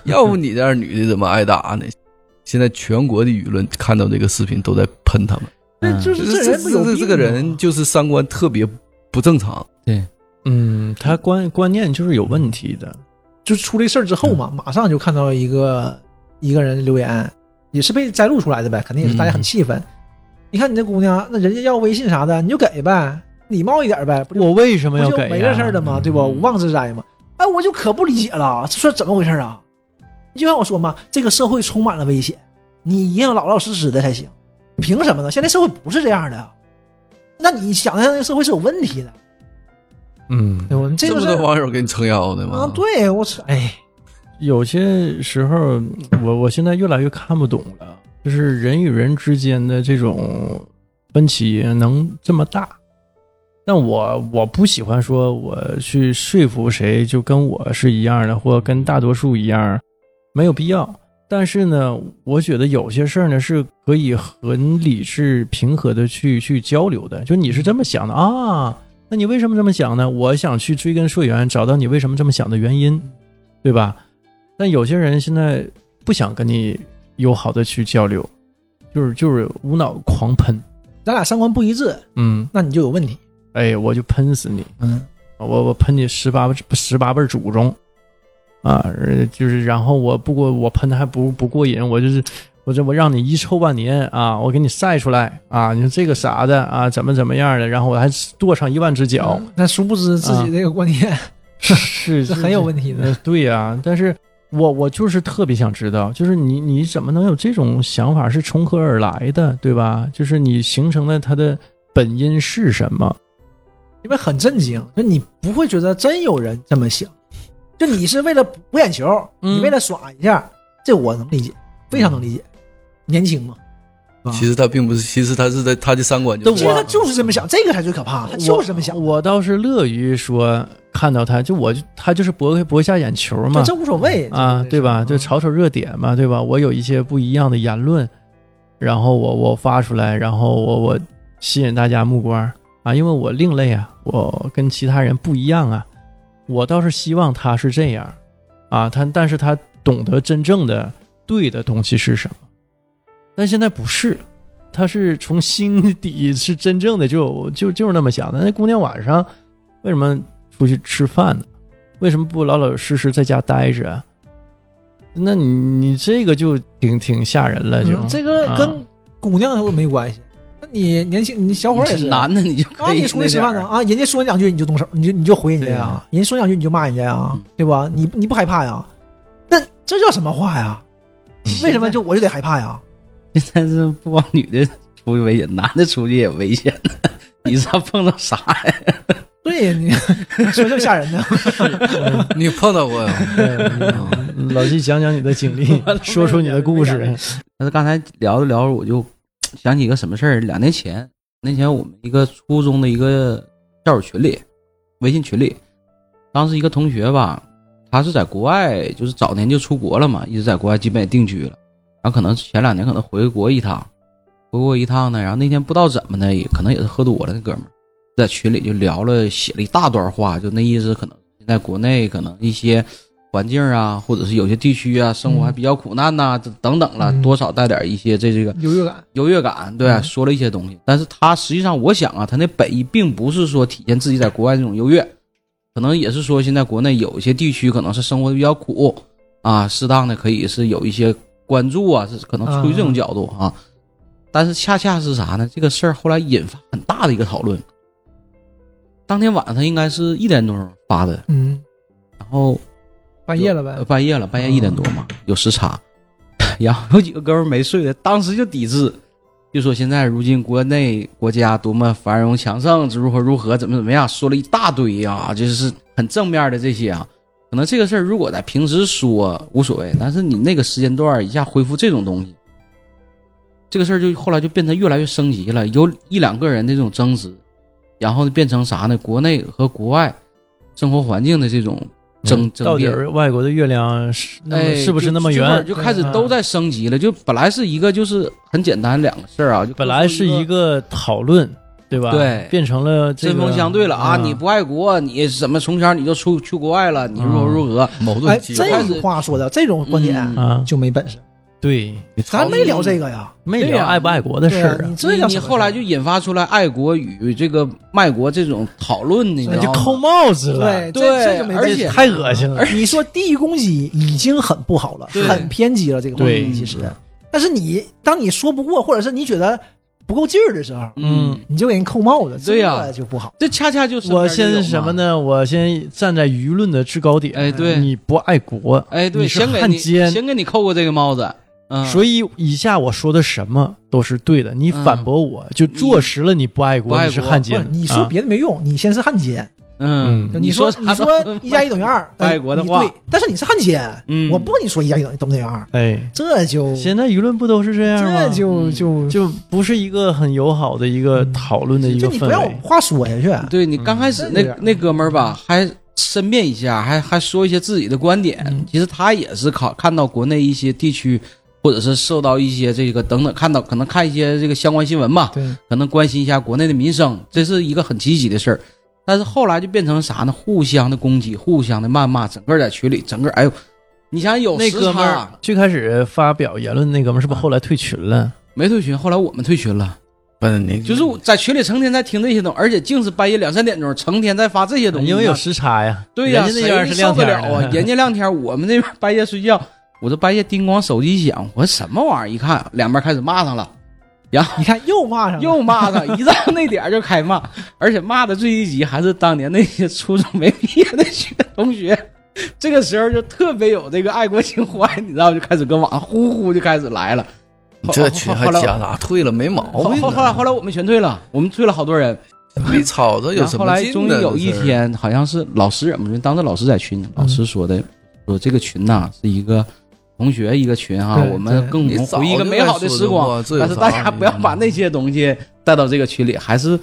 要不你这样女的怎么挨打呢？”现在全国的舆论看到这个视频都在喷他们，
那就
就是是
这人不有
这
病
这个
啊
人
吗
就是三观特别不正常。
嗯，他观观念就是有问题的。
就出这事儿之后嘛，马上就看到一个一个人留言，也是被摘录出来的呗，肯定也是大家很气愤。你看你这姑娘，那人家要微信啥的，你就给呗，礼貌一点呗，不就
我为什么
不
要
就
给呀？嗯
没这事儿了吗？对吧？无妄之灾嘛。哎，我就可不理解了，这算怎么回事啊？就像我说嘛，这个社会充满了危险，你一定要老老实实的才行。凭什么呢？现在社会不是这样的啊，那你想象这个社会是有问题的，
嗯，
对吧？你这
这
个
不
事
都
儿
网友给你撑腰的
啊
吗，？
对我操，哎，
有些时候，我我现在越来越看不懂了，就是人与人之间的这种分歧能这么大。但我我不喜欢说我去说服谁就跟我是一样的，或跟大多数一样，没有必要。但是呢，我觉得有些事儿呢是可以很理智、平和的去去交流的。就你是这么想的啊？那你为什么这么想呢？我想去追根溯源，找到你为什么这么想的原因，对吧？但有些人现在不想跟你友好的去交流，就是就是无脑狂喷，
咱俩三观不一致，
嗯，
那你就有问题。
哎，我就喷死你，
嗯，
我我喷你十八辈十八辈祖宗，啊，呃就是然后我不过我喷的还不不过瘾，我就是我这我让你一臭万年啊，我给你晒出来啊，你说这个啥的啊，怎么怎么样的，然后我还剁上一万只脚，
那殊不知自己这个观念
啊是
嗯是很有问题的。
呃，对呀、但是我我就是特别想知道，就是你你怎么能有这种想法是从何而来的，对吧？就是你形成的它的本因是什么？
因为很震惊，就你不会觉得真有人这么想，就你是为了博眼球，
嗯
你为了耍一下，这我能理解，非常能理解。年轻嘛，啊
其实他并不是，其实他是在他的三观就
我
其
是
实他就是这么想，这个才最可啊怕，他就是这么想，
我倒是乐于说看到他，就我就他就是博开博一下眼球
就
嘛，
这无所谓
啊，对吧？
嗯
就炒炒热点嘛，对吧？我有一些不一样的言论，然后我我发出来，然后我我吸引大家目光啊，因为我另类啊，我跟其他人不一样啊。我倒是希望他是这样啊，他但是他懂得真正的对的东西是什么，但现在不是。他是从心底是真正的就就就是那么想的。那姑娘晚上为什么出去吃饭呢？为什么不老老实实在家待着啊？那你你这个就挺挺吓人了，就、
嗯这个
啊
跟姑娘有没关系。那你年轻，你小伙儿也是
男的你就
啊，
可以
你出去吃饭呢
呢，
啊，人家说你两句你就动手，你就你就回人家
对
呀
啊，
人家说你两句你就骂人家呀
嗯，
对吧？你你不害怕呀？那这叫什么话 呀？为什 么就我就得害怕呀？
现在是不光女的出去危险，男的出去也危险 你这碰到啥呀？
对呀，你 说这么吓人 呢？
你碰到过啊 呀？
嗯老纪讲讲你的 经 历，说出你的故事。
但是刚才聊着聊着，我就想起一个什么事儿。两年前，那前我们一个初中的一个校友群里，微信群里，当时一个同学吧，他是在国外，就是早年就出国了嘛，一直在国外，基本也定居了。然后可能前两年可能回国一趟，回国一趟呢，然后那天不知道怎么的，也可能也是喝多了，那哥们儿在群里就聊了，写了一大段话，就那意思，可能现在国内可能一些环境啊，或者是有些地区啊，生活还比较苦难呐、这等等了，
嗯
多少带点一些这这个
优越感，
优越感，对，啊
嗯
说了一些东西，但是他实际上我想啊，他那本意并不是说体现自己在国外这种优越，可能也是说现在国内有一些地区可能是生活的比较苦啊，适当的可以是有一些关注啊，是可能出于这种角度啊。但是恰恰是啥呢？这个事儿后来引发很大的一个讨论。当天晚上他应该是一点多钟发的，
嗯，
然后
半夜了呗
呃，半夜了，半夜一点多嘛，有时差。然后有几个哥们儿没睡的，当时就抵制，就说现在如今国内国家多么繁荣强盛，如何如何，怎么怎么样，说了一大堆啊，就是很正面的这些啊。可能这个事儿如果在平时说无所谓，但是你那个时间段儿一下恢复这种东西，这个事儿就后来就变得越来越升级了，有一两个人的这种争执，然后变成啥呢？国内和国外生活环境的这种争、争
到底
辩。
儿外国的月亮是那么、
哎，
是不是
就
那么
就这会儿
圆？嗯
就开始都在升级了。就本来是一个就是很简单两个事儿啊，就
本来是一个讨论，对吧？
对
变成了这个
针锋相对了啊！
嗯
你不爱国，你怎么从小你就出去国外了？你
嗯
如何如何？
矛
哎，
盾激化，
这种话说的，这种观点
嗯
啊，
就没本事。
对，
咱没聊这个呀，
没
对
聊
呀
爱不爱国的
嗯对
事
呀
儿，啊
你，这
你
叫
你
什么
后来就引发出来爱国与这个卖国这种讨论，你知
那就
道
扣
吗？嗯
帽子
对，
了，
这这
对
就没
而
本
且
事。
太恶心了。
你说地域攻击已经很不好了，
对
很偏激了，这个话
对
题其实。但是你当你说不过，或者是你觉得不够劲儿的时候，
嗯，
你就给人扣帽子，
对呀
这个就不好。
这恰恰就是
我先是什么？呢？我先站在舆论的制高点，
哎对
你不爱国，
哎，对，
你是
先给
汉
你
奸
先给你扣过这个帽子，嗯，
所以以下我说的什么都是对的，你反驳我就坐实了你不爱
不
国，
爱国
你是汉
不是
奸。
嗯你说
啊
别的没用，你先是汉奸。
嗯
嗯，
你
说
说你说一加一等于二，呃
外国的话
你对，但是你是汉奸，
嗯
我不跟你说一加一等于等于二，
哎，
这就
现在舆论不都是这样吗？
嗯这就
嗯
就
就不是一个很友好的一个讨论的一
就
个
你
氛
不要
围。
话说下去，
对你刚开始
嗯
那
是这样
那哥们儿吧，还申辩一下，还还说一些自己的观点。
嗯
其实他也是考看到国内一些地区，或者是受到一些这个等等，看到可能看一些这个相关新闻吧，
对，
可能关心一下国内的民生，这是一个很积极的事儿。但是后来就变成啥呢？互相的攻击，互相的谩骂，整个在群里，整个哎呦，你想有
那
时
哥们儿
差
最开始发表言论，那哥们儿是不是后来退群了？
没退群？后来我们退群了，
不是你
就是
嗯
我在群里成天在听这些东西，而且净是半夜两三点钟，成天在发这些东西。
因为有时差呀。
对呀、
人家那边
谁
是
受
亮
得
天
了
儿
啊？
的
人家亮天儿，我们这边半夜睡觉，我这半夜叮咣手机响，我什么玩意儿？一看两边开始骂上了，然后
你看又骂上了，
又骂上，一到那点儿就开骂，而且骂的最低级还是当年那些初中没毕业的学同学。这个时候就特别有这个爱国情怀，你知道，就开始跟网上呼呼就开始来了。
你这群还夹杂，退了没毛
后
病
后后来
啊，
后来我们全退了，我们退了好多人。
没吵着有
然
什
后后
哎么
来
劲呢？嗯
终于有一天，好像是老师忍不住，当时老师在群，老师说的，说这个群呐、是一个同学一个群哈、
对
我们
对
共
你
同
早
回忆一个美好的时光。
就该说这话
但是大
这有啥
家不要把那些东西带到这个群里，还是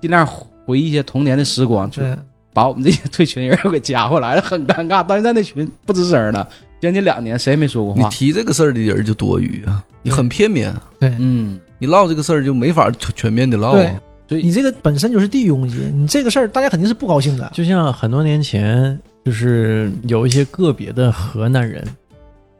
尽量回忆一些童年的时光，就
对，
把我们这些退群人给加回来了，很尴尬。到现在那群不吱声了，将近两年谁也没说过
你
话。
提这个事儿的人就多余啊，你很片面，啊
嗯，
你唠这个事儿就没法全全面的唠
对
啊。
你这个本身就是地域攻击，你这个事儿大家肯定是不高兴的。
就像很多年前，就是有一些个别的河南人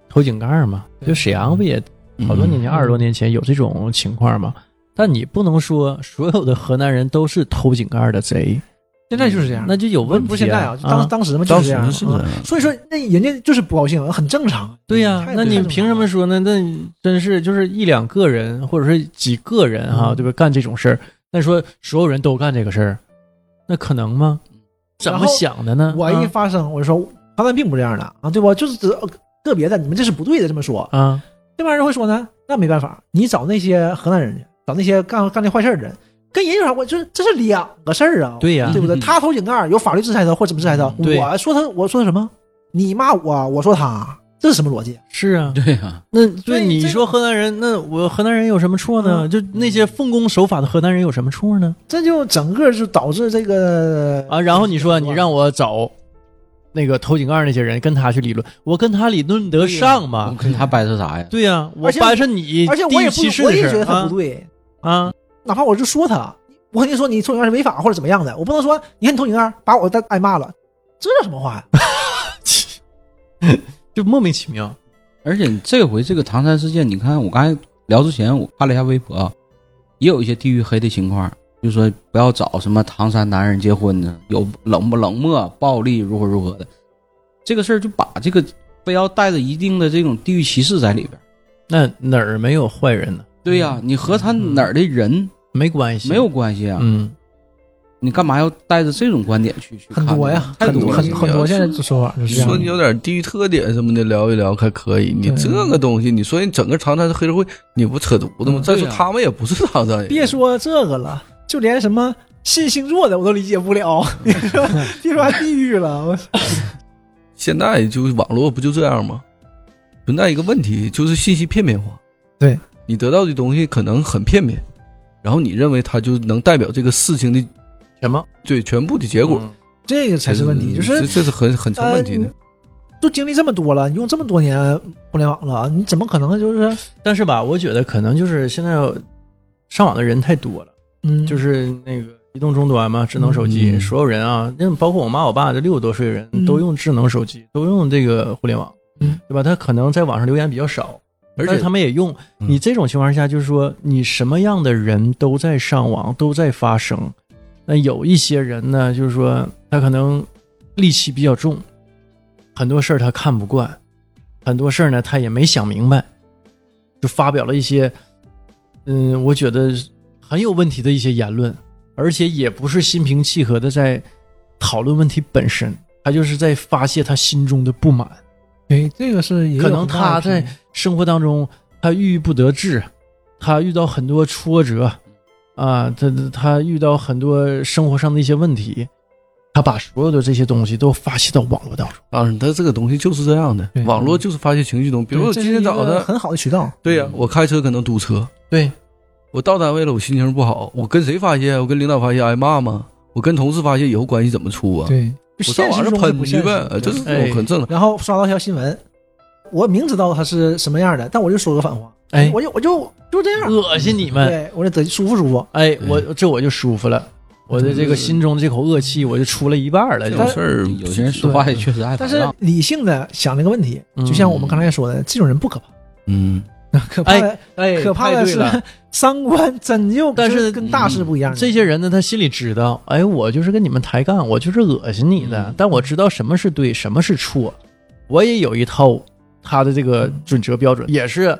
偷井盖儿嘛，就沈阳不也好多年前，
嗯
二十多年前有这种情况嘛。但你不能说所有的河南人都是偷井盖儿的贼，
现在就是这样，
那就有
不是
问题、啊。
不是现在啊，就当
啊
当时嘛就
当
是这
时
样
是这
啊。
样，
所以说，那人家就是不高兴，很正常。
对呀、
太
那
对
你
了
凭什么说呢？那真是就是一两个人，或者是几个人哈、
嗯
对吧？干这种事儿，那说所有人都干这个事儿，那可能吗？怎
嗯然
么
后
想的呢？啊
我一发声，我就说他们并不是这样的啊，对吧？就是指呃个别的，你们这是不对的，这么说。
啊啊，
这帮人会说呢，那没办法，你找那些河南人去，找那些干干这坏事儿的人，跟人有啥关系？就是这是两个事儿啊，
对呀、
对不对？
嗯
他偷井盖儿有法律制裁他，或怎么制裁他？
嗯对
我说他，我说他什么？你骂我，我说他，这是什么逻辑？
是啊。
对呀、
那
所以
对你
这
说河南人，那我河南人有什么错呢？
嗯
就那些奉公守法的河南人有什么错呢？
这就整个就导致这个
啊，然后你说
是吧
你让我找那个偷井盖那些人跟他去理论，我跟他理论得上
我
啊
吗？
跟他掰扯啥呀？
对呀、我
而且
掰扯你
而且我
地
也
域
不
歧视，
我
的
也
事
觉得
儿
他
啊
不对，
啊！
哪怕我就说他，我肯定说你偷井盖是违法或者怎么样的，我不能说你看你偷井盖把我再挨骂了，这叫什么话呀？
就莫名其妙。
而且这回这个唐山事件，你看我刚才聊之前，我看了一下微博啊，也有一些地域黑的情况，就说不要找什么唐山男人结婚呢，有冷不冷漠、暴力如何如何的，这个事儿就把这个非要带着一定的这种地域歧视在里边。
那哪儿没有坏人呢？
对呀、
嗯
你和他哪儿的人
没关系，
没有关系啊，
嗯，
你干嘛要带着这种观点去去看
很
呢？
多呀，
太
很
多了
很
这个
很多现在这说法就是这
说
样
你
的。
有点地域特点什么的聊一聊还可以，你
对
这个东西，你说你整个唐山是黑社会，你不扯犊子吗
嗯？
再
对
说
呀
他们也不是唐山人，
啊别说这个了，就连什么信星座的我都理解不了，你说别说还地狱了，我
现在就网络不就这样吗？存在一个问题，就是信息片面化。
对
你得到的东西可能很片面，然后你认为它就能代表这个事情的
什么嗯
对全部的结果，
这个嗯才是问题，就
这
是
这是很很成问题的。
都经历这么多了，你用这么多年互联网了，你怎么可能就是
但是吧，我觉得可能就是现在上网的人太多了，
嗯，
就是那个移动终端嘛，智能手机，
嗯
所有人啊，那包括我妈我爸这六十多岁的人、
嗯
都用智能手机，都用这个互联网，
嗯
对吧？他可能在网上留言比较少，
呃
而
但
且
是他们也用。
嗯
你这种情况下，就是说你什么样的人都在上网，都在发声。那有一些人呢，就是说他可能戾气比较重，很多事儿他看不惯，很多事儿呢他也没想明白，就发表了一些，嗯，我觉得很有问题的一些言论，而且也不是心平气和的在讨论问题本身，他就是在发泄他心中的不满。
对，哎这个是也有
可能
很大的
他在
区别
生活当中他郁郁不得志，他遇到很多挫折啊，他他遇到很多生活上的一些问题，他把所有的这些东西都发泄到网络当中。
当然，它这个东西啊就是这样的
对，
网络就是发泄情绪的东西。比如我
这
今
是
天
一
早
个
上，
很好的渠道，
对呀，我开车可能堵车，
对，
我到单位了，我心情不好，我跟谁发泄？我跟领导发泄挨骂吗？我跟同事发泄以后关系怎么处啊？
对，
我
就现
上网
实
上
中是
喷
不
去
现
呗，
实，
这呃是这种很正常。
然后刷到一条新闻，我明知道他是什么样的，但我就说个反话，
哎，
我就我就就这样，
恶心你们！
对我就得舒服舒服。
哎，我这我就舒服了，我的这个心中这口恶气我就出了一半儿了。
这
就
种
是
事儿，
有些人说话也确实爱
但
反
是
让
理性的想这个问题，
嗯
就像我们刚才说的，这种人不可怕，
嗯，
可怕的
哎，
可怕
太
的
对
是
了，
三观真就
但是嗯
跟大师不一样。
这些人呢，他心里知道，哎，我就是跟你们抬杠，我就是恶心你的，
嗯
但我知道什么是对，什么是错，我也有一套他的这个准则标准，也是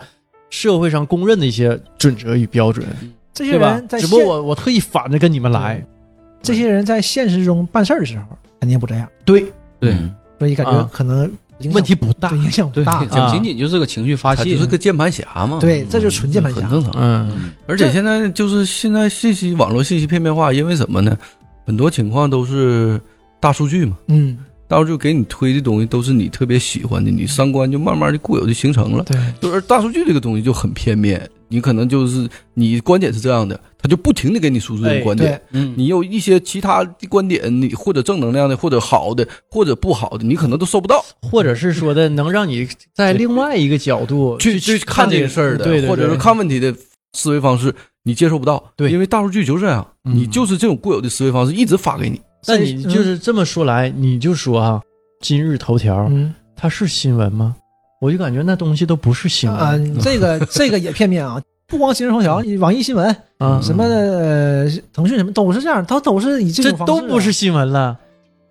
社会上公认的一些准则与标准，
这些
对吧
人？在
只
现
不过我我特意反着跟你们来，
这些人在现实中办事儿的时候肯定不这样，
对，
对
嗯
所以感觉
啊
可能影响
问题不大
对，影响不
对，
大。
啊
仅仅仅就是个情绪发
他
泄，
就是个键盘侠嘛，
对，这就是纯键盘
很
侠。
正常。
嗯，
而且
这
现在就是现在信息网络信息片面化，因为什么呢？很多情况都是大数据嘛，
嗯，
大数据给你推的东西都是你特别喜欢的，你三观就慢慢的固有就形成了。
对，
就是大数据这个东西就很片面，你可能就是你观点是这样的，他就不停的给你输出这
哎
种观点。
对，
嗯，
你有一些其他的观点，你或者正能量的，或者好的，或者不好的，你可能都收不到。
或者是说的能让你在另外一个角度
去去看这个事儿的，
对对对
或者是看问题的思维方式，你接受不到，
对
因为大数据就是这样，
嗯
你就是这种固有的思维方式一直发给你，
那你
嗯
就是这么说来，你就说哈、啊今日头条、
嗯
它是新闻吗？我就感觉那东西都不是新闻
啊，这个这个也片面啊。不光今日头条、网易新闻、
啊
什么呃腾讯什么都是这样，它都是以这
这
种方式啊。
都不是新闻了。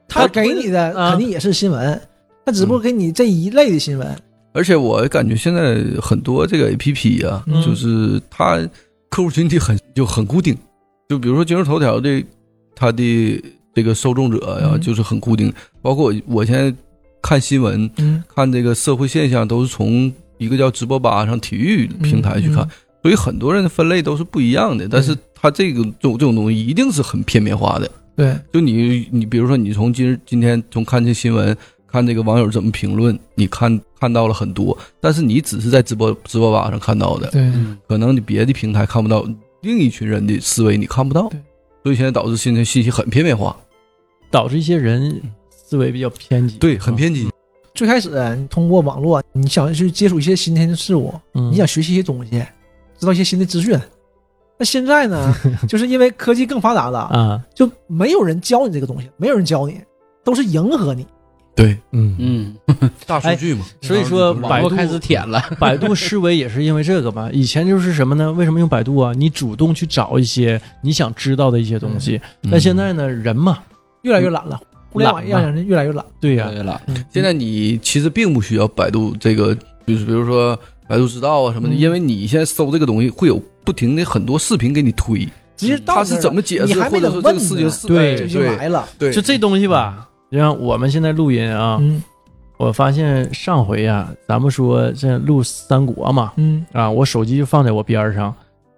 他给你的
啊
肯定也是新闻，他只不过给你这一类的新闻。
而且我感觉现在很多这个 A P P 啊，
嗯
就是它客户群体很就很固定，就比如说今日头条这它的这个受众者呀、
嗯
就是很固定，包括我我现在看新闻，
嗯，
看这个社会现象都是从一个叫直播吧上体育平台去看，
嗯
所以很多人的分类都是不一样的。但是它这个这种这种东西一定是很片面化的。
对，
就你你比如说你从今日今天从看这新闻，看这个网友怎么评论，你看看到了很多，但是你只是在直播直播吧上看到的，
对
嗯
可能你别的平台看不到，另一群人的思维你看不到
对，
所以现在导致现在信息很片面化，
导致一些人思维比较偏激，
对，很偏激。
嗯最开始啊你通过网络，你想去接触一些新鲜的事物，
嗯。
你想学习一些东西，知道一些新的资讯。那现在呢，就是因为科技更发达了，
啊，
就没有人教你这个东西，没有人教你，都是迎合你。
对，
哎
嗯，
嗯，
大数据嘛，
所以说
网
百
络
度
开始舔了，
百度思维也是因为这个吧。 以前就是什么呢？为什么用百度啊？你主动去找一些你想知道的一些东西。
嗯
但现在呢，人嘛，
越来越懒了，互联网
懒
让
嘛
人越来越懒。
对呀、
对了，
现在你其实并不需要百度这个，比如比如说百度知道啊什么的，
嗯
因为你现在搜这个东西会有不停的很多视频给你推，
直接到
它
你那
是
儿
怎么解
你
释，
还
或
没
者
等
说这
问
个事
呢
情是
对
就已经
对啊
来了。
对，
就这东西吧。就像我们现在录音啊，
嗯
我发现上回呀、咱们说这录三国嘛，
嗯
啊，我手机就放在我边儿上。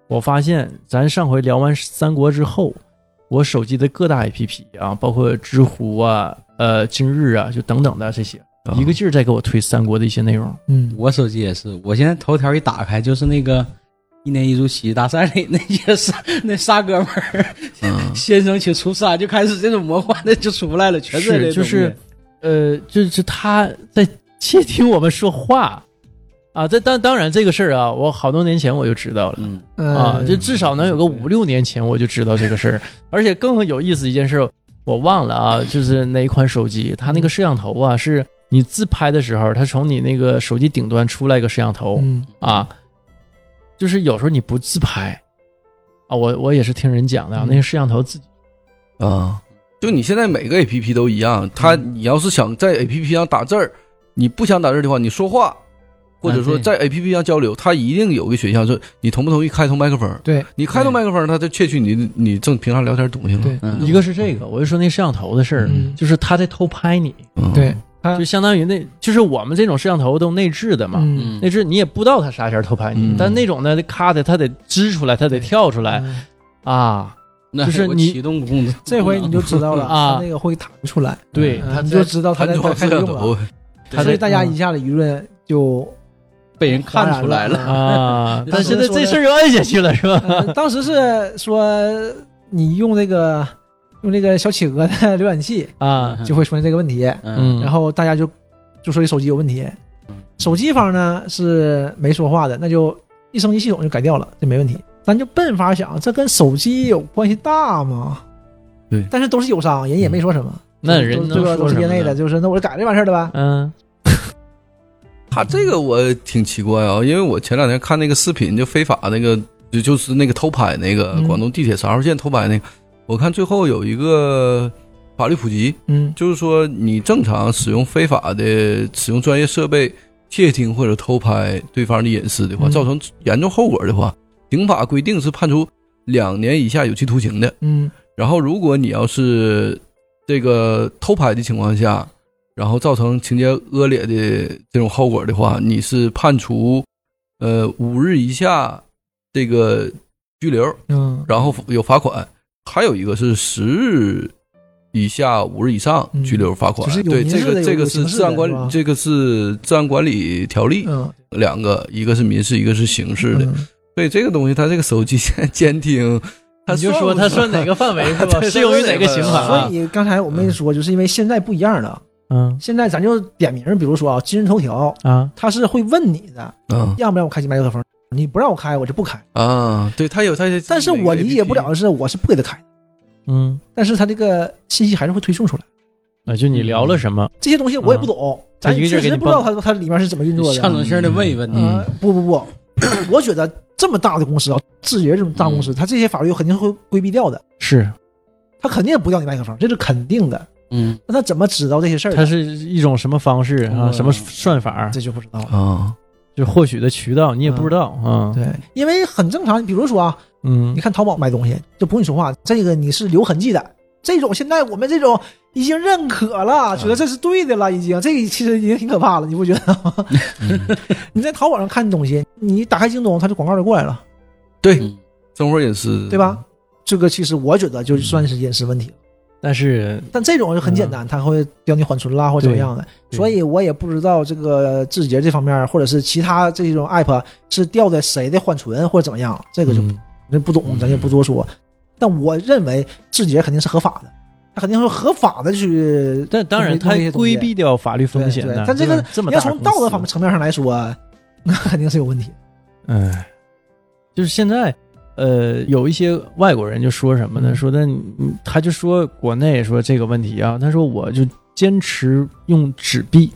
我发现咱上回聊完三国之后，我手机的各大 APP 啊，包括知乎啊、呃今日啊，就等等的这些，
啊
一个劲儿在给我推三国的一些内容。
嗯，
我手机也是，我现在头条一打开就是那个一年一度喜剧大赛里那些仨那仨哥们儿，
嗯
先生请出山，就开始这种魔幻的就出来了，全这类
是
东西
就是，呃，就是他在窃听我们说话啊。这当当然这个事儿啊，我好多年前我就知道了。
嗯，
啊，
呃
就至少能有个五六年前我就知道这个事儿，而且更有意思一件事，我忘了啊，就是哪一款手机，它那个摄像头啊，是你自拍的时候，它从你那个手机顶端出来一个摄像头
嗯
啊，就是有时候你不自拍啊，我我也是听人讲的啊，
嗯
那个摄像头自己
啊，就你现在每个 A P P 都一样，它你要是想在 A P P 上打字儿，你不想打字儿的话，你说话。或者说
啊对
在 A P P 上交流，它一定有个选项是你同不同意开通麦克风。
对
你开通
对
麦克风，它就窃取你的你正平常聊天东西了。
对
嗯
一个是这个，我就说那摄像头的事儿，
嗯
就是他在偷拍你，
嗯，
对，他
就相当于那就是我们这种摄像头都内置的嘛，
嗯
那是你也不知道他啥时候偷拍你，
嗯
但那种呢，咔的他得支出来，他得跳出来、
嗯
啊，
那
就是
还有
你
启动功能，
这回你就知道了
啊
它那个会弹出来，
对
嗯
他
你
在
就知道它
安
在
装
开
摄
始
像
用了
头，，
他
所
嗯在
以大家一下子舆论就
被人看出来了，
了。
啊，但现在
说的
这事儿又摁下去了，是吧？
呃当时是说你用那个用那个小企鹅的 浏览器
啊，
就会出现这个问题，
嗯，
然后大家就就说你手机有问题
嗯，
手机方呢是没说话的，那就一升级系统就改掉了，这没问题。咱就笨法想，这跟手机有关系大吗？
对
但是都是友商，人也没说什么。
嗯那人
都
能
这个
说
都
什
是
么嗯
业内的，
呢？
就是那我就改就完事儿了呗。
嗯，
他啊这个我挺奇怪啊，因为我前两天看那个视频，就非法那个，就就是那个偷拍那个
嗯
广东地铁三号线偷拍那个，我看最后有一个法律普及，
嗯
就是说你正常使用非法的使用专业设备窃听或者偷拍对方的隐私的话，
嗯
造成严重后果的话，刑法规定是判处两年以下有期徒刑的。
嗯
然后，如果你要是这个偷拍的情况下，然后造成情节恶劣的这种后果的话，你是判处呃五日以下这个拘留，
嗯
然后有罚款，还有一个是十日以下五日以上
嗯
拘留罚款。
就是有
对，
民
这
事的
个
有
这个
有
是
刑事
治安
的
管
是吧
理，这个是治安管理条例，
嗯，
两个，一个是民事，一个是刑事的。
嗯
所以这个东西，它这个手机 现在监听，它
你就说
不
他算哪个范 围是吧？
对
适用于哪个刑
嗯
法
所
啊？
以刚才我没说，就是因为现在不一样了。
嗯
现在咱就点名，比如说啊，今日头条，
啊，
它是会问你的，
嗯
让不让我开星巴克风？你不让我开，我就不开。
啊，对，它有它有，
但是我理解不了的是，我是不给他开，
嗯，
但是他这个信息还是会推送出来。
啊，就你
嗯
聊了什么？
这些东西我也不懂，
他
咱
嗯一个
确
劲儿给
实
你
不知道它它里面是怎么运作的。
象征性的问一问你，
嗯
呃，不不 不，我觉得这么大的公司啊，字节这么大公
嗯
司，它这些法律肯定会规避掉的，
是，
它肯定不要你麦克风，这是肯定的。
嗯，
那他怎么知道这些事儿
它
呢？
是一种什么方式啊？
嗯
什么算法？
这就不知道了。
啊，
就获取的渠道你也不知道啊。
嗯对，因为很正常，比如说啊，
嗯
你，看淘宝买东西就不用你说话，这个你是留痕迹的。这种现在我们这种已经认可了，
嗯
觉得这是对的了，已经这个其实已经挺可怕了，你不觉得吗？
嗯
嗯
你在淘宝上看东西，你打开京东，它就广告就过来了，
对，
嗯
生活隐私，
对？
嗯
吧？这个其实我觉得就算是隐私问题了，
但是
但这种就很简单，它会调你缓存啦或者怎么样的，
嗯对
所以我也不知道这个字节这方面或者是其他这种 app 是调的谁的缓存或者怎么样，这个就
嗯
那不懂，咱就不多说。但我认为字节肯定是合法的，他肯定是合法的去。
但当然，它
这些东西
规避掉法律风险
对
的
对。但这个
吧这么
你要
大
从
公司
道德方面，层面上来说，那肯定是有问题。
哎，就是现在，呃，有一些外国人就说什么呢？
嗯
说那你他就说国内说这个问题啊，他说我就坚持用纸币。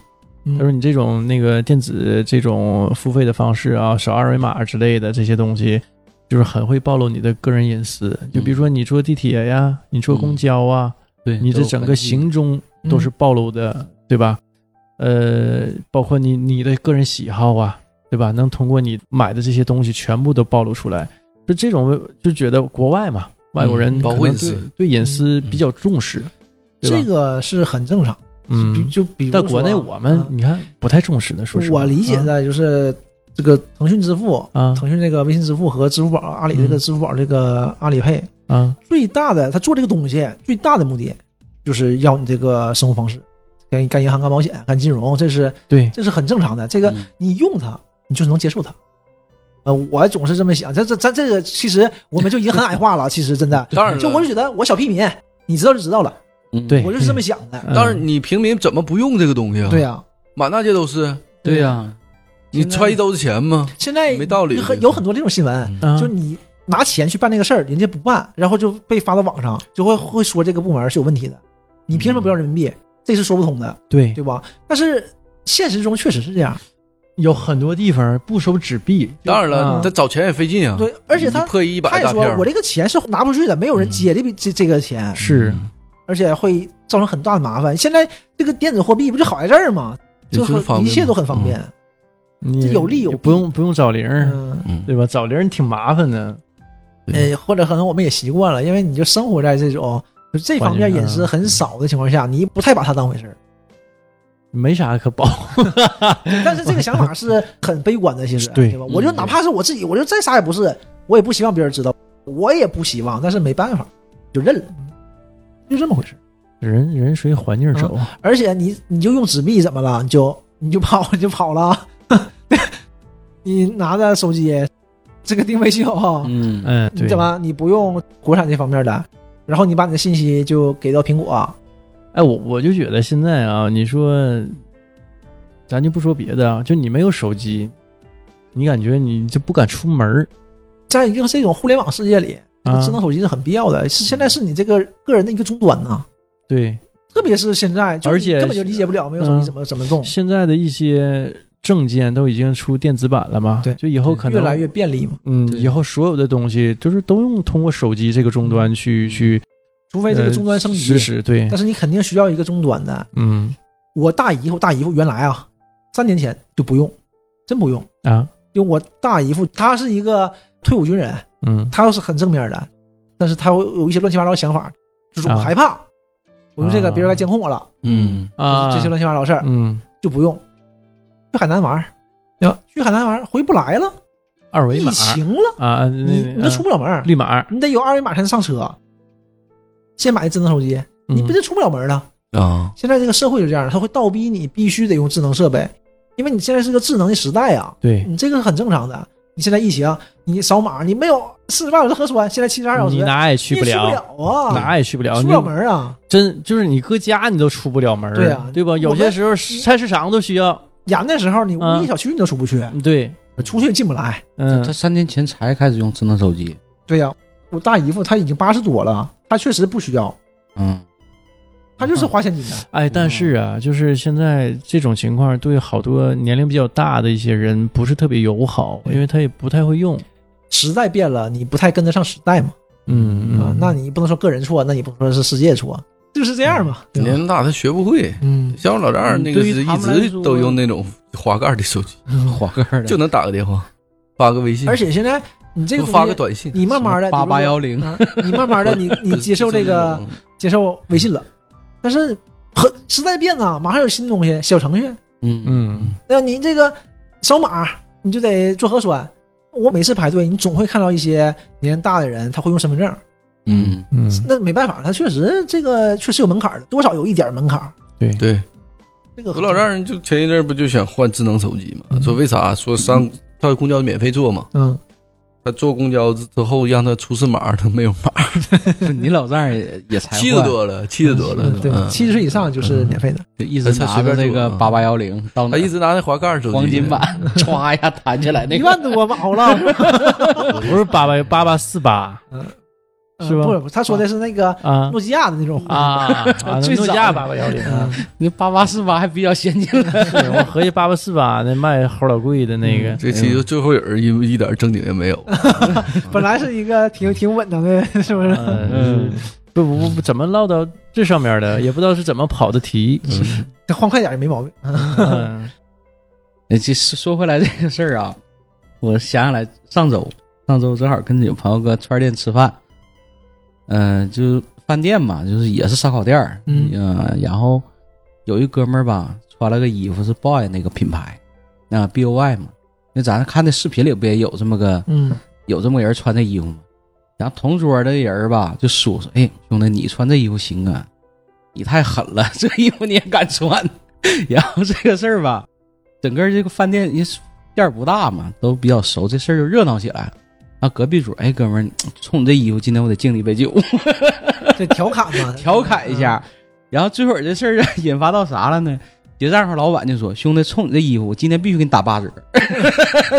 嗯
他说你这种那个电子这种付费的方式啊，扫二维码之类的这些东西，就是很会暴露你的个人隐私。就比如说你坐地铁呀，你坐公交啊，
嗯对，
你这
都有
整
痕
个
迹
行踪都
嗯
嗯
是暴露的，对吧？呃，包括你你的个人喜好啊，对吧？能通过你买的这些东西全部都暴露出来，就这种就觉得国外嘛，外国人
嗯保护
可能
隐私嗯
对对隐私比较重视，对吧
这个是很正常。比
嗯。
就比如
但
说
国内我们、
啊
你看不太重视的，说实话，
我理解
啊
的就是这个腾讯支付、
啊
腾讯这个微信支付和支付宝、阿里这个支付宝这个阿里配，
啊，
最大的他做这个东西最大的目的就是要你这个生活方式，干干银行、干保险、干金融，这是
对，
这是很正常的。这个
嗯
你用它，你就能接受它。呃，我总是这么想，这这咱这个其实我们就已经很矮化了，其实真的，
当然了
就我就觉得我小屁民，你知道就知道了，
嗯
对
我就是这么想的。
嗯
当然，你平民怎么不用这个东西啊？
对呀、
满大街都是，
对呀、
你揣一兜子钱吗？
现在
没道理
有很有很多这种新闻，
嗯
啊
就你拿钱去办这个事儿，人家不办，然后就被发到网上，就会会说这个部门是有问题的，你
嗯
凭什么不要人民币？这是说不通的，
对，
对吧？但是现实中确实是这样，
有很多地方不收纸币，
当然了，
啊
他找钱也费劲啊。
对，而且他
你破译一
他
百
也
大
说
片儿嗯
我，这个钱是拿不出去的，没有人接这笔这这个钱，
是
而且会造成很大的麻烦。现在这个电子货币不就好在这儿吗？
也
就
就是方
很一
便
切
嘛
都很方便。
你
这有利有弊
不用不用找零儿，
嗯，
嗯，
对吧？找零儿挺麻烦的，
呃，或者可能我们也习惯了，因为你就生活在这种就这方面
环境
隐私
嗯
很少的情况下，你不太把它当回事儿。
没啥可保。
但是这个想法是很悲观的，其实
对
吧？我就哪怕是我自己，我就再啥也不是，我也不希望别人知道，我也不希望，但是没办法，就认了，就这么回事儿。
人人随环
嗯
境走，啊
而且你你就用纸币怎么了？你就你就跑 你就跑了，你拿着手机这个定位信号，
嗯
嗯，
你
对，
怎么你不用国产这方面的，然后你把你的信息就给到苹果，啊
哎，我我就觉得现在啊，你说，咱就不说别的啊，就你没有手机，你感觉你就不敢出门儿
在一个这种互联网世界里，这个
啊
智能手机是很必要的，是现在是你这个个人的一个终端呐、
对，
特别是现在，就
而
你
且
根本就理解不了没有手
嗯
机怎么、怎么弄。
现在的一些证件都已经出电子版了嘛，
对
就以后可能
越来越便利嘛，
嗯，
对
以后所有的东西就是都用通过手机这个
嗯
终端去去
除非这个终端升
呃
级
实，时对
但，是你肯定需要一个终端的。
嗯
我大姨夫大姨夫原来啊，三年前就不用，真不用，
啊
因为我大姨夫他是一个退伍军人，
嗯
他又是很正面的，但是他会有一些乱七八糟的想法，就是我
啊
害怕，我用这个
啊
别人来监控我了，
嗯
啊
就是这些乱七八糟的事儿
嗯
就不用。去海南玩儿，对吧？去海南玩儿回不来了，
二维
疫
码
情了，
嗯啊，那
你你都出不了门
啊
儿，
绿码，
你得有二维码才能上车。先买智能手机，你不
嗯
就出不了门了？
啊，
现在这个社会就这样，他会倒逼你必须得用智能设备，因为你现在是个智能的时代啊，
嗯对，
你这个很正常的。你现在疫情，你扫码，你没有四十八小时核酸，现在七十二小时，
你哪也去
你也去
了，
不了啊，
哪也去不了，
出不了门儿啊，
你真就是你搁家你都出不了门儿，
对啊
对吧？有些时候菜市场都需要，
严的时候你五
嗯
一小区你都出不去，
对，
出去也进不来。
嗯
他三年前才开始用智能手机，
对呀、我大姨夫他已经八十多了，他确实不需要，
嗯，
他就是花现金的。
哎，但是
嗯
啊，就是现在这种情况对好多年龄比较大的一些人不是特别友好，因为他也不太会用。
时代变了，你不太跟得上时代嘛，
嗯
啊
嗯，，
那你不能说个人错，那你不能说是世界错，就是这样嘛，对
年
吧？
龄大他学不会。
嗯，
像我老丈人那个
对于
是
他
一
们来
直
说
都用那种滑盖的手机，
滑盖儿的，
就能打个电话，发个微信，
而且现在你这个东
多
西
发个短信，
你慢慢的
八八幺，零
比，如说啊你慢慢的你 你接受这个接受微信了，但是很时代变呐，马上有新东西，小程序，
嗯
嗯
那你这个扫码你就得做核酸。我每次排队，你总会看到一些年龄大的人，他会用身份证，
嗯，
嗯，
那没办法，他确实这个确实有门槛儿的，多少有一点儿门槛儿。
对
这个
我老丈人就前一阵儿不就想换智能手机嘛，
嗯
说为啥说上他公交免费坐嘛，
嗯，
他坐公交之后让他出示码，他没有码，
就你老丈人也也才
七十
换，
多了，七十多了
嗯，对
嗯，
七十岁以上就是免费的。
就一直
他
拿
随
着
便
这个
做啊
八八幺零到哪
他一直拿那滑盖手机，
黄金版， 歘一下弹起来那
一
个
万多吧，好了，
嗯不是八八八八四八 是吧
嗯呃不是，他说的是那个
啊
诺基亚的那种
啊，啊
最
诺
早
基亚八八幺零，
嗯
那八八四八还比较先进了，
对我合计八八四八那卖齁老贵的
嗯
那个，
这其实最后有人一一点正经也没有，
本来是一个挺挺稳当的， 是不是？
嗯，不不不，怎么唠到这上面的，也不知道是怎么跑的题。
这换快点也没毛病。
嗯
呃，其实说回来这个事儿啊，我想起来上周，上周正好跟有朋友搁串儿店吃饭，嗯、就是饭店嘛，就是也是烧烤店儿，
嗯
呃然后有一哥们儿吧，穿了个衣服是 BOY 那个品牌，啊、B O Y 嘛，那咱看那视频里不也有这么个
嗯
有这么个人穿这衣服吗？然后同桌的人儿吧就说说，哎，兄弟，你穿这衣服行啊，你太狠了， 这衣服你也敢穿。 然后这个事儿吧，整个这个饭店人家店儿不大嘛，都比较熟，这事儿就热闹起来了。啊，隔壁桌，哎，哥们儿，冲你这衣服，今天我得敬你一杯酒，
这调侃嘛，
调侃一下。然后最后这事儿啊 引发到啥了呢？结账时候，老板就说：“兄弟，冲你这衣服，我今天必须给你打八折。”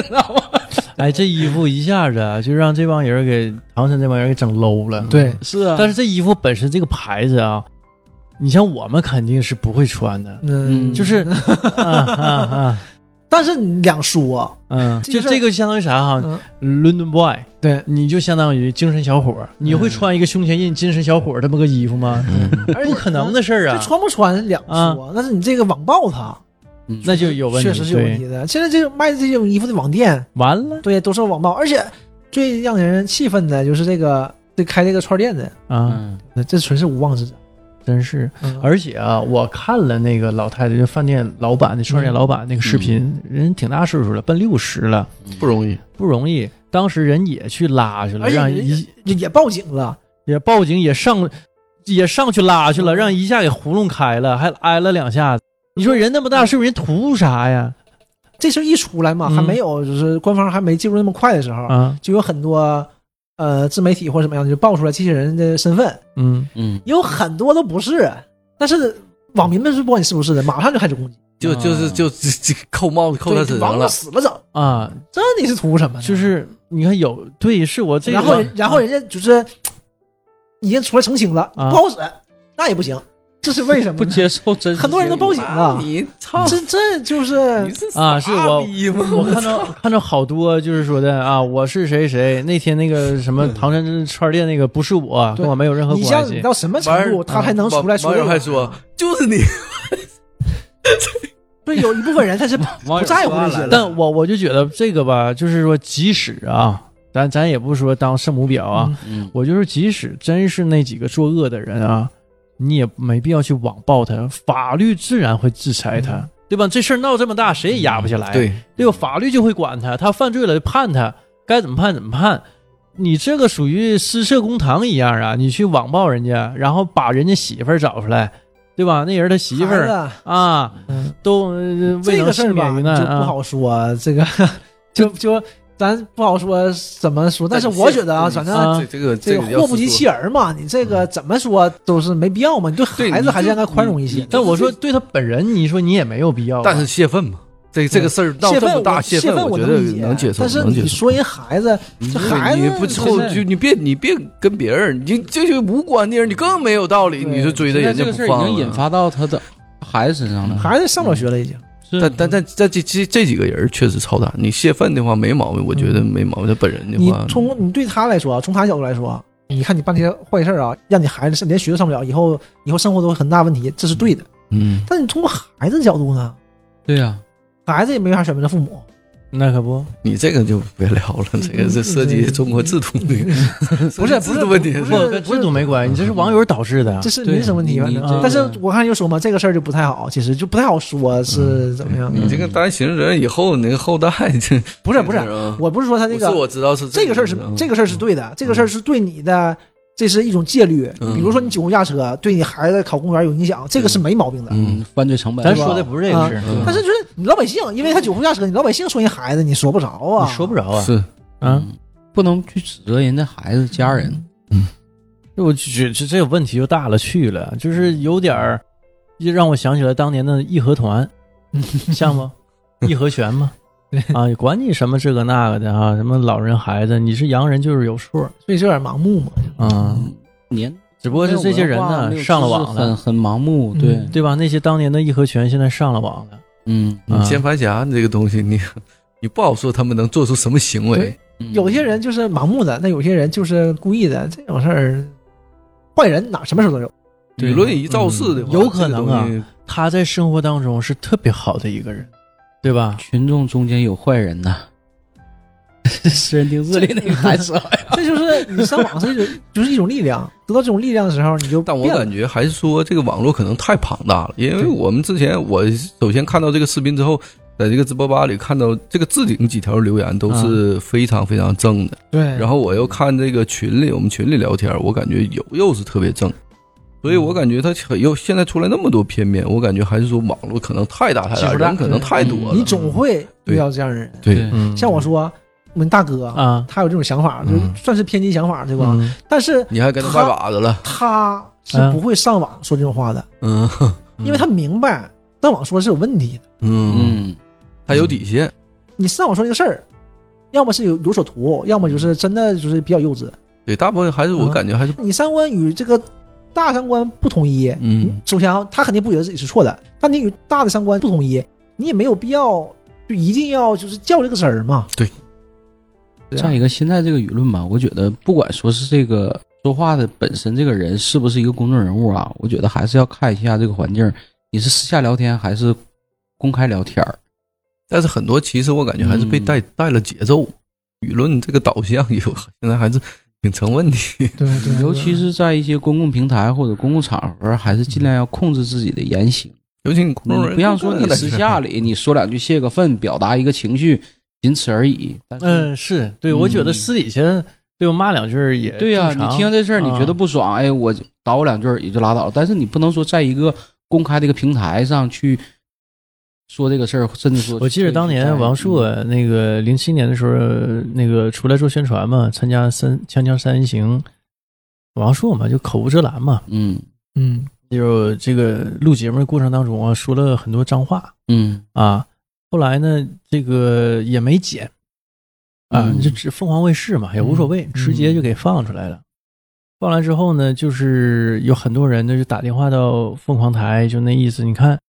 知道吗？
哎，这衣服一下子啊就让这帮人给唐山这帮人给整 low 了。
嗯。对，
是啊，
但是这衣服本身这个牌子啊，你像我们肯定是不会穿 的，
嗯，
嗯
就是啊啊啊，
但是你两说，
嗯，
这个
就
事儿
这个相当于啥哈
嗯，
？London boy，
对，嗯
你就相当于精神小伙儿，你会穿一个胸前印精神小伙儿这么个衣服吗？
而且
不可能的事儿
这
啊，
穿不穿两说
啊，
但是你这个网暴他
嗯
那就有问题，
确实是有问
对。
题的。现在这种卖这种衣服的网店，
完了
对，都受网暴，而且最让人气愤的就是这个这开这个串店的，
啊，
嗯
这纯是无妄之灾。
真是。
嗯
而且啊，我看了那个老太太，就饭店老板那串店老板那个视频，
嗯
人挺大岁数了，奔六十了，
嗯
不容易，
不容易。当时人也去拉去了，
而且
让
哎人
一
也也报警了，
也报警，也上也上去拉
嗯
去了，让一下给糊弄开了，还挨了两下子。你说人那么大岁数，人图啥呀？
这事儿一出来嘛，
嗯
还没有就是官方还没介入那么快的时候，
嗯
啊，
就有很多呃自媒体或者怎么样的就爆出来这些人的身份，
嗯，
嗯，
有很多都不是，但是网民们是不管你是不是的，马上就开始攻击，
就就是
啊
嗯
就就就扣帽子扣他身上
王八
了，
死了整，
啊，
这你是图什么呢？
就是你看有对，是我这个，
然后人然后人家就是已经出来澄清了，
啊
不好使，那也不行，这是为什 么
不
呢？
接受真实
很多人都报警了，
你操！
这这就是
你是
啊是我
傻逼吗
我看到看到好多就是说的啊，我是谁谁那天那个什么唐山串店那个不是我，
嗯对
跟我没有任何
你像
关
你
系。
到什么程
完事
度，
儿
他还能出来说
网
这
友
个？嗯
还说就是你，
对，有一部分人 他是不
网
不
友
在乎这些的。
但我我就觉得这个吧，就是说即使啊，咱咱也不是说当圣母婊啊，
嗯
嗯，
我就是即使真是那几个作恶的人啊，你也没必要去网暴他，法律自然会制裁他，
嗯
对吧？这事儿闹这么大，谁也压不下
哎
来，啊
对，
对吧？法律就会管他，他犯罪了就判他，该怎么判怎么判。你这个属于私设公堂一样啊！你去网暴人家，然后把人家媳妇儿找出来，对吧？那人他媳妇儿
孩子
啊，
嗯
都呃未
这
能
个事
幸
儿吧
免于
就
难
不
啊。
好说，这 个就就咱不好说怎么说。但是我觉得啊，反正
啊嗯
哎这这个
这
个
个祸不及妻
啊，
儿嘛，你这个怎么说都是没必要嘛。你对
对
孩子还是应该宽容一些。
但我说对他本人，你说你也没有必要啊。
但是泄愤嘛，这这个事儿
嗯
闹
泄
这么
愤
大，
我
泄
泄愤
我觉得
能理解，
能接受，
但是
能接
你
受。
说人孩子，这孩子
你不凑
现在
就你别你别跟别人，你这就无关的人，你更没有道理，
对
你就追着
现在
人
这
家
个
不
事儿
放啊
已
了。
经引发到他的孩子身上了，
孩子上不了学了已
嗯
经。
是
但
嗯
但但但这这这几个人确实操蛋，你泄愤的话没毛病，我觉得没毛病。他本人的
嗯你
话，
从你对他来说啊，从他角度来说啊，你看你办这些坏事儿啊，让你孩子连学都上不了，以后以后生活都会很大问题，这是对的。
嗯，
但你通过孩子的角度呢，
对呀，
孩子也没法选择他父母。
那可不，
你这个就别聊了，这个是涉及中国制度的，
不是不
制
是
度问题
不是
不跟制度没关系，你这是网友导致的。啊
这是
对
民生问题，
你
反正
你这。
但是我看就说嘛，这个事儿就不太好，其实就不太好说啊是怎么样。
你这个单行人以后那个后代，这
不是不是
这个人啊
我不是说他这
不
个
是我知道是
这个事儿是
样啊
这个事儿是对的，这个事儿是对你的，这是一种戒律。
嗯
比如说你酒后驾车对你孩子考公务员有影响，这个是没毛病的。
嗯
嗯，犯罪成本，
咱说的不是这
啊
个事儿，
嗯
但是就是你老百姓，因为他酒后驾车，你老百姓说人孩子，你说不着啊，
你说不着啊。
是
啊，
嗯，不能去指责人家孩子家人，
我就觉这这个问题就大了去了，就是有点
嗯
儿，就让我想起来当年的义和 团，像吗？义和拳吗？啊，管你什么这个那个的啊，什么老人孩子，你是洋人就是有数
所以这有点盲目嘛。
啊。
嗯年
只不过是这些人呢上了网
很
了，
很盲目，
嗯
对，
对吧？那些当年的义和拳现在上了网了，
嗯，
你
啊
键盘侠这个东西，你你不好说他们能做出什么行为
对。
嗯
有些人就是盲目的，那有些人就是故意的，这种事儿，坏人哪什么时候都有。
舆论一造势的
嗯
话，
有可能啊
这个东西
他在生活当中是特别好的一个人，对吧？
群众中间有坏人呐， 私人定制里那个还说呀，
这就是你上网是一种，就是一种力量。得到这种力量的时候，你就
但我
变了
感觉还是说这个网络可能太庞大了，因为我们之前我首先看到这个视频之后，在这个直播吧里看到这个置顶几条留言都
啊
是非常非常正的，
对，
然后我又看这个群里我们群里聊天，我感觉有又是特别正，所以我感觉他又现在出来那么多片面，我感觉还是说网络可能太大太
欺
大，
负大
人可能太多了，
你总会遇到这样的人。
对，
嗯，
像我说，我们大哥
啊，
他有这种想法，就
嗯
算是偏激想法，对吧？
嗯
但是
你还跟他拜把子了，
他是
嗯
不会上网说这种话的，
嗯
因为他明白上网说是有问题的。
嗯，
嗯，
他有底线，
你上网说这个事儿，要么是有有所图，要么就是真的就是比较幼稚。
对，大部分还是我
嗯
感觉还是
你三观与这个大三观不统一，
嗯
首先啊，他肯定不觉得自己是错的，但你与大的三观不统一，你也没有必要就一定要就是较这个真儿嘛。对啊
再一个，现在这个舆论吧，我觉得不管说是这个说话的本身这个人是不是一个公众人物啊，我觉得还是要看一下这个环境，你是私下聊天还是公开聊天儿
但是很多其实我感觉还是被带、带了节奏，舆论这个导向有现在还是挺成问题。
对
嗯
对
尤其是在一些公共平台或者公共场合，还是尽量要控制自己的言行。
尤其你公众
你
人
不像说你私下里你说两句泄个愤，表达一个情绪，仅此而已。但是，
嗯，是对，我觉得
嗯
私底下对我骂两句儿也
对呀、
正常嗯
你听这事儿你觉得不爽，哎，我捣鼓两句儿也就拉倒了。但是你不能说在一个公开的一个平台上去说这个事儿，甚至说
我记得当年王朔那个零七年的时候，那个出来做宣传嘛，参加三锵锵三人行，王朔嘛就口无遮拦嘛，
嗯
嗯，
就这个录节目的过程当中啊，说了很多脏话
嗯
啊，后来呢，这个也没剪啊，
嗯
就只凤凰卫视嘛，也无所谓，直接就给放出来了。报来之后呢，就是有很多人呢就打电话到凤凰台，就那意思，你看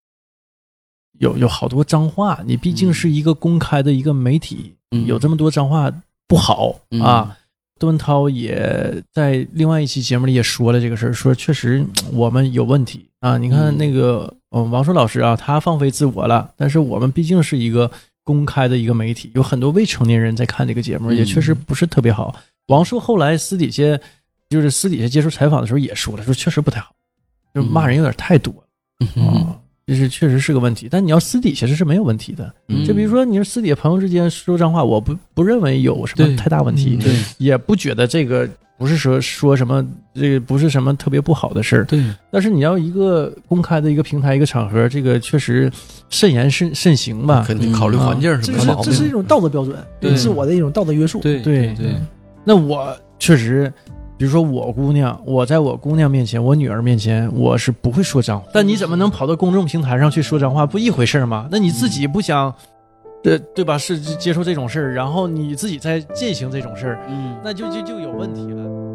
有有好多脏话，你毕竟是一个公开的一个媒体，
嗯
有这么多脏话不好、
嗯
啊。窦文涛也在另外一期节目里也说了这个事儿，说确实嗯我们有问题啊。你看
嗯
那个嗯王朔老师啊，他放飞自我了，但是我们毕竟是一个公开的一个媒体，有很多未成年人在看这个节目，
嗯
也确实不是特别好。王朔后来私底下就是私底下接受采访的时候也说了，说确实不太好，就骂人有点太多了
嗯
啊，就是确实是个问题。但你要私底下这是没有问题的，
嗯
就比如说你是私底下朋友之间说脏话，我不不认为有什么
对
太大问
嗯，
题
对
也不觉得这个不是说说什么这个不是什么特别不好的事儿。
对，
但是你要一个公开的一个平台一个场合，这个确实慎言慎慎行吧。
肯定考虑环境
这
什
个
么
是
毛
这是一
病。
种道德标准，
对
是我的一种道德约束。
对
对
对，
那我确实，比如说我姑娘，我在我姑娘面前，我女儿面前，我是不会说脏话。但你怎么能跑到公众平台上去说脏话？不一回事儿吗？那你自己不想，对对吧？是接受这种事儿，然后你自己再进行这种事儿，
嗯。
那就就就有问题了。